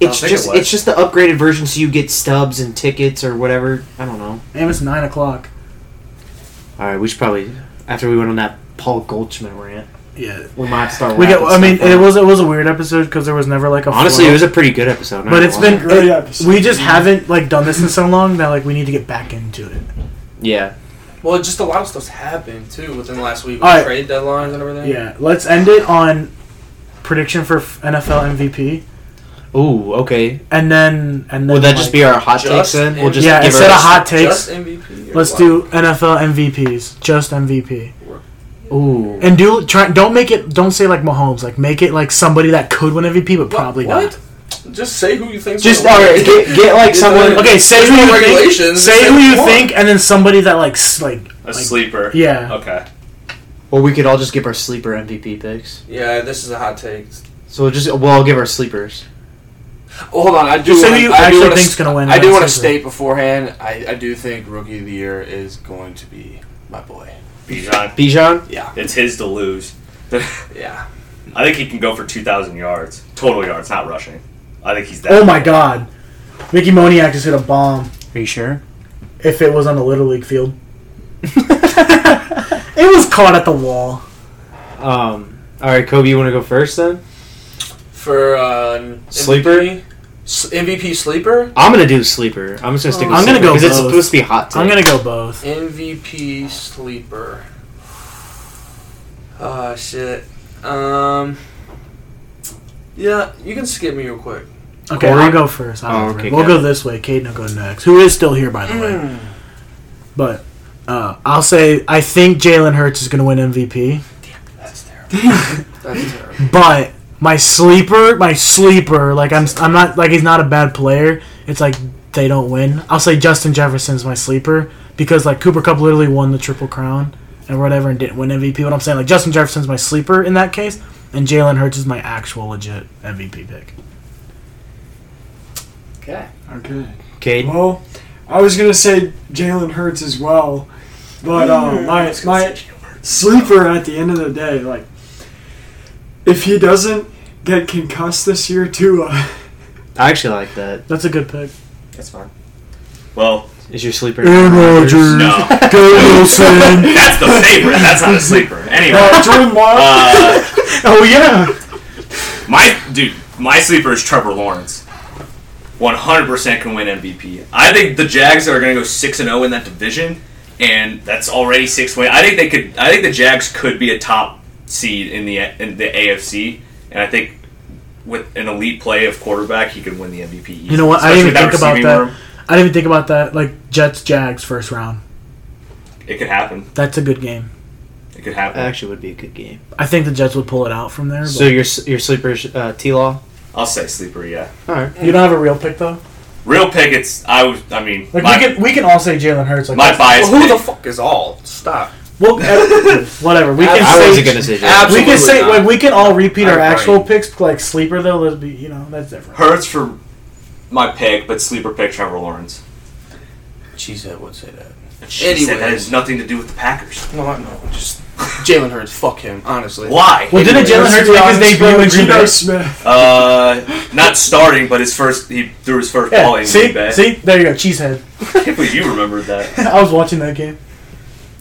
It's think it just was. it's just the upgraded version, so you get stubs and tickets or whatever. I don't know. Damn, it's nine o'clock. All right, we should probably after we went on that Paul Goldschmidt rant, Yeah, we might start. we wrapping got. I mean, stuff it up. was it was a weird episode because there was never like a honestly flow. it was a pretty good episode. not but gonna it's lie. been Great it- episode. we just haven't like done this in so long that like we need to get back into it. yeah. Well, just a lot of stuff's happened too within the last week. with All right. Trade deadlines and everything. Yeah, let's end it on prediction for f- NFL MVP, Ooh, okay. and then and then Will that like, just be our hot takes Just then? We'll and- just yeah give instead our- of hot Just takes. MVP. or Let's what? do NFL MVPs, just MVP, Ooh, and do try. Don't make it. Don't say like Mahomes. Like make it like somebody that could win MVP, but What- probably what? not. Just say who you think. just all right. Get, get like someone. Okay, say There's who no you think. regulations, Say say who what you you want. think, and then somebody that like s- like A sleeper. yeah. Okay. Or we could all just give our sleeper MVP picks. Yeah, this is a hot take. So we'll just well, I'll give our sleepers. Oh, hold on, I do. Just say wanna- who you I do actually wanna think's s- gonna win, I and do then want to say who. state beforehand. I, I do think rookie of the year is going to be my boy. Bijan. Bijan. Yeah, It's his to lose. I yeah. think he can go for 2,000 yards. Total yards, not rushing. I think he's that. Oh my god, Mickey Moniak just hit a bomb. Are you sure? If it was on the little league field, it was caught at the wall. Um. All right, Kobe, you want to go first then? For uh, MVP, Sleeper? S- MVP sleeper, I'm gonna do sleeper. I'm just gonna stick. With I'm gonna sleeper, go 'cause it's both. supposed to be hot. I'm take. gonna go both. MVP sleeper. Oh shit. Um. Yeah, you can skip me real quick. Okay, Corey? I'll go first. I'll Oh, go okay, first. We'll got go this way. Caden will go next. Who is still here, by the way? Mm. But uh, I'll say I think Jalen Hurts is gonna win MVP. That's terrible. That's terrible. But my sleeper, my sleeper, like I'm, I'm not like he's not a bad player. It's like they don't win. I'll say Justin Jefferson's my sleeper because like Cooper Cup literally won the triple crown and whatever and didn't win MVP. But I'm saying like Justin Jefferson's my sleeper in that case, and Jalen Hurts is my actual legit MVP pick. Okay. Okay. Cade. Well, I was gonna say Jalen Hurts as well, but uh, my my sleeper at the end of the day, like if he doesn't get concussed this year, too, uh, I actually like that. That's a good pick. That's fine. Well, Is your sleeper? Aaron Rodgers. no. Go Wilson. That's the favorite. That's not a sleeper. Anyway. uh, Jordan Love. Uh, oh yeah. my dude, my sleeper is Trevor Lawrence. 100% can win MVP. I think the Jags are going to go 6 and 0 in that division and that's already 6 win. I think they could I think the Jags could be a top seed in the in the AFC and I think with an elite play of quarterback, he could win the MVP. You know what? I didn't even think Especially about with that. receiving I didn't even think about that. Like Jets Jags first round. room. It could happen. That's a good game. It could happen. Actually, would be a good game. I think the Jets would pull it out from there. But So your s- your sleeper uh, T Law. I'll say sleeper, yeah. All right. you don't have a real pick though. Real pickets, I would I mean, Like my, we can we can all say Jalen Hurts. Like my bias Well, who the pick- fuck is all? Stop. well, eh, whatever. We can I say wasn't gonna say that. we can say like we can all repeat I our would actual probably- picks. Like sleeper though, let's be you know that's different. Hurts for my pick, but sleeper pick Trevor Lawrence. Cheesehead would say that. She said that Anyways. has nothing to do with the Packers. No, I know. Just Jalen Hurts. Fuck him. Honestly. Why? Well, didn't Jalen Hurts make his debut in Green Geno Bay? Smith. Uh, not starting, but his first he threw his first ball Yeah, in see, Green Bay. see, there you go, cheesehead. I can't believe you remembered that. I was watching that game.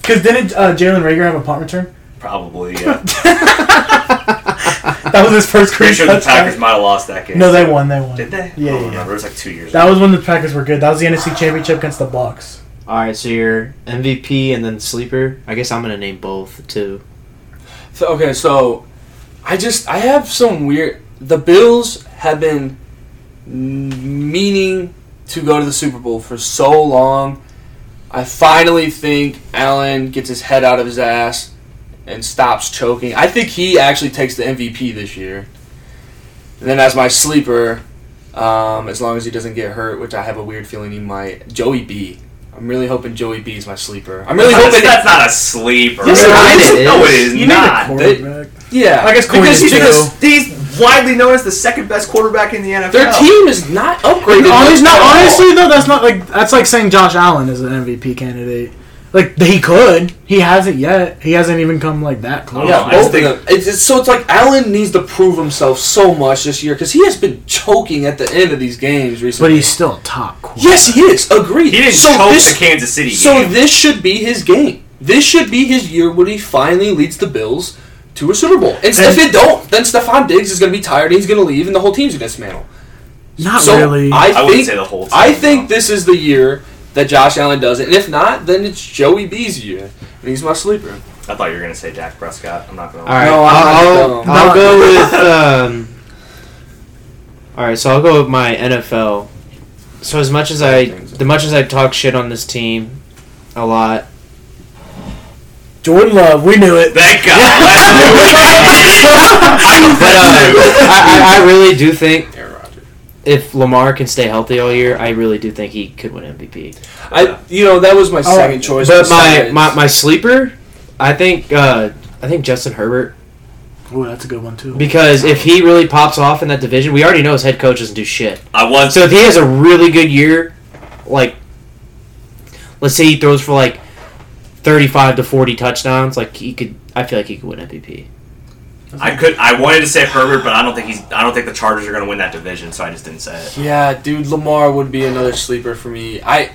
Cause didn't uh, Jalen Rager have a punt return? Probably. Yeah. That was his first career Pretty sure the touchdown. Packers might have lost that game. No, they won. They won. Did they? I Yeah, don't yeah, yeah. remember. It was like two years. That was when the Packers were good. That was the NFC Championship against the Bucks. All right. So your MVP and then sleeper. I guess I'm gonna name both too. So, okay, so I just I have some weird. The Bills have been n- meaning to go to the Super Bowl for so long. I finally think Allen gets his head out of his ass and stops choking. I think he actually takes the MVP this year. And then as my sleeper, um, as long as he doesn't get hurt, which I have a weird feeling he might, Joey B. I'm really hoping Joey B is my sleeper. I'm really That's- hoping that's not a sleeper. Yes, it is. No, it is You need a not. they- quarterback. yeah. I guess Corey Because is he's, too. the- he's widely known as the second best quarterback in the NFL. Their team is not upgraded. Honest, much no, at all. honestly though, that's not like that's like saying Josh Allen is an MVP candidate Like he could. He hasn't yet. He hasn't even come like that close. Yeah, I both just of think- them. It's, it's, so it's like Allen needs to prove himself so much this year because he has been choking at the end of these games But recently. he's still top quarterback. yes, he is. Agreed. He didn't so choke this, the Kansas City So game. this should be his game. This should be his year when he finally leads the Bills to a Super Bowl. And, if it don't, then Stephon Diggs is going to be tired. and He's going to leave, and the whole team's going to dismantle. Not so really. I think I wouldn't say the whole team, I think though. this is the year that Josh Allen does it, and if not, then it's Joey B's year, and he's my sleeper. I thought you were gonna say Dak Prescott. I'm not gonna. All right, No, I'm I'll, not I'll, dumb. I'll go with. Um, all right, so I'll go with my NFL. So as much as I, the much as I talk shit on this team, a lot. Jordan Love, we knew it. Thank God. Let's But uh, I, I, I really do think Aaron Rodgers. if Lamar can stay healthy all year, I really do think he could win MVP. I, you know, that was my second choice. But my, besides- my, my sleeper, I think uh, I think Justin Herbert Oh, that's a good one too. because if he really pops off in that division, we already know his head coach doesn't do shit. I was. So if he has a really good year, like let's say he throws for like thirty-five to forty touchdowns, like he could. I feel like he could win MVP. I could. I wanted to say Herbert, but I don't think he's. I don't think the Chargers are gonna win that division, so I just didn't say it. Yeah, dude, Lamar would be another sleeper for me. I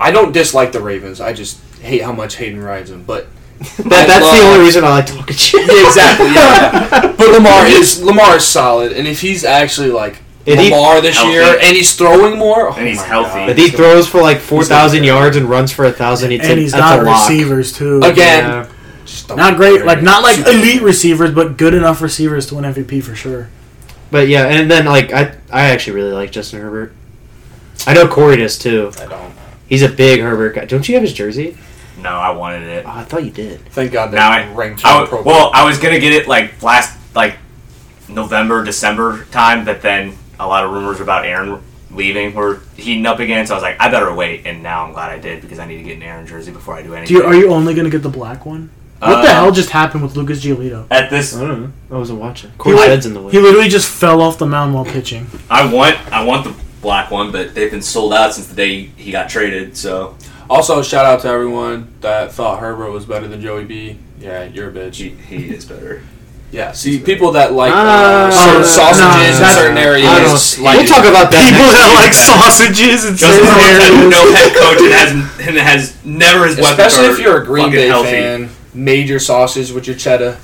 I don't dislike the Ravens. I just hate how much Hayden rides them. But That, that's the love- only reason I like talking shit. yeah, exactly. Yeah, but Lamar is Lamar is solid, and if he's actually like If he- Lamar this Healthy. year and he's throwing more, oh And he's my healthy. If he throws for like four thousand He's like- yards and runs for a thousand, it's and a, he's that's not a lock. receivers too. Again, Yeah. God. Just don't- Not great, like not like elite receivers, but good enough receivers to win MVP for sure. But yeah, and then like I, I actually really like Justin Herbert. I know Corey does too. I don't. He's a big Herbert guy. Don't you have his jersey? No, I wanted it. Oh, I thought you did. Thank God Now that I, ranked. I him w- well, I was gonna get it like last like November, December time, but then a lot of rumors about Aaron leaving were heating up again. So I was like, I better wait. And now I'm glad I did because I need to get an Aaron jersey before I do Do anything. you, are you only gonna get the black one? What the Uh, hell just happened with Lucas Giolito? At this, don't know. I wasn't watching. Corey's I- head's in the way. He literally just fell off the mound while pitching. I want I want the black one, but they've been sold out since the day he got traded. So also, shout out to everyone that thought Herbert was better than Joey B. Yeah, you're a bitch. he, he is better. Yeah, see, people that like uh, Uh, certain no, sausages in that's- certain I don't- areas. Like, we'll talk about that. People next that week. like sausages and Justin certain Herbert has areas. no head coach and has and has never his weapons Especially are if you're a Green fucking Bay healthy. fan, made your sausage with your cheddar.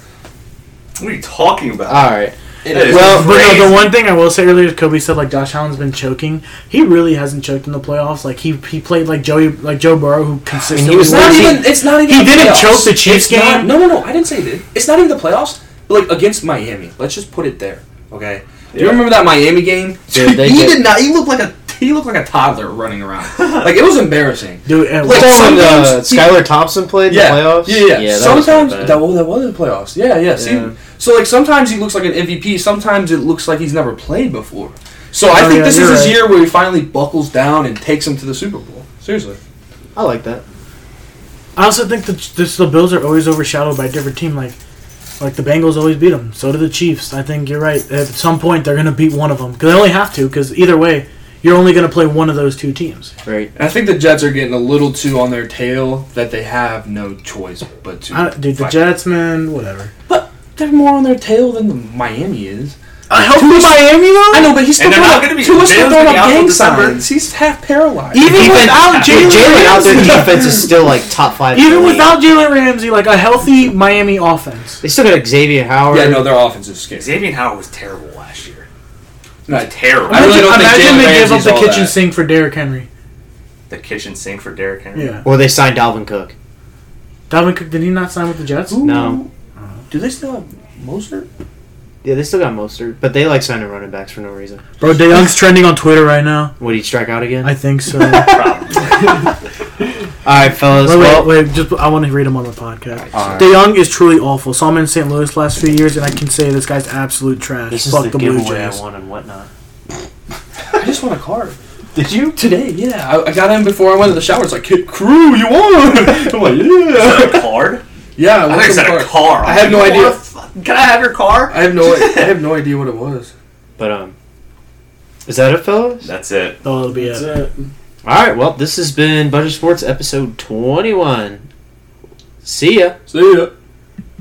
What are you talking about? All right. It That is. is Well, but no, crazy. the one thing I will say earlier is Kobe said like Josh Allen's been choking. He really hasn't choked in the playoffs. Like he he played like Joey like Joe Burrow who consistently he was it's not he- even. It's not even. he the didn't playoffs. choke the Chiefs It's not- game. no, no, no. I didn't say he did. It's not even the playoffs. But like against Miami, let's just put it there. Okay. Do you Yeah. remember that Miami game? Dude, they he get- did not. He looked like a. He looked like a toddler running around. like it was embarrassing. Dude, and Like, That's when uh, sometimes- Skylar Thompson played yeah. in the playoffs. Yeah, yeah. that was pretty sometimes bad. that, well, that was in the playoffs. Yeah, yeah. See, Yeah. so like sometimes he looks like an MVP. Sometimes it looks like he's never played before. So I Oh, think yeah, this is you're his right. year where he finally buckles down and takes him to the Super Bowl. Seriously. I like that. I also think that this, the Bills are always overshadowed by a different team. Like, like the Bengals always beat them. So do the Chiefs. I think you're right. At some point, they're gonna beat one of them because they only have to. Because either way, you're only gonna play one of those two teams. Right. And I think the Jets are getting a little too on their tail that they have no choice but to. I, dude, the fight. Jets, man, whatever. They're more on their tail than the Miami is. I hope the Miami though. I know, but he's still And they're throwing not up, gonna be- Tua's still Baylor's gonna throwing be up out till gang December. signs. He's half paralyzed. Even Defense- without Dude, Jalen, Jalen out there, Ramsey, defense is still like top five. in the even league. without Jalen Ramsey, like a healthy Miami offense. they still got Xavier Howard. Yeah, no, their offense is scared. Xavier Howard was terrible last year. Uh, No, Terrible. I really don't think imagine Jalen they give up Ramsey's the all kitchen that. sink for Derrick Henry. the kitchen sink for Derrick Henry. Yeah, Or they signed Dalvin Cook. Dalvin Cook did he not sign with the Jets? No. Do they still have Mostert? Yeah, they still got Mostert, but they like signing running backs for no reason. Bro, De Young's trending on Twitter right now. Would he strike out again? I think so. Probably. All right, fellas. Wait, well, wait, wait, just I want to read him on the podcast. Alright. De Young is truly awful. Saw him in St. Louis last few years, and I can say this guy's absolute trash. This is Fuck the, the, Blue giveaway I Jays. won and whatnot. I just want a card. Did you? Today, yeah. I, I got in before I went to the shower. It's like, "Kid crew, you won! I'm like, yeah. a card? Yeah, I I won think it some said a card. car. I have no What idea. the fuck? Can I have your car? I have no, I have no idea what it was. But um, is that it, fellas? That's it. Oh, that'll be That's it. it. All right. Well, this has been Budget Sports episode 21. See ya. See ya.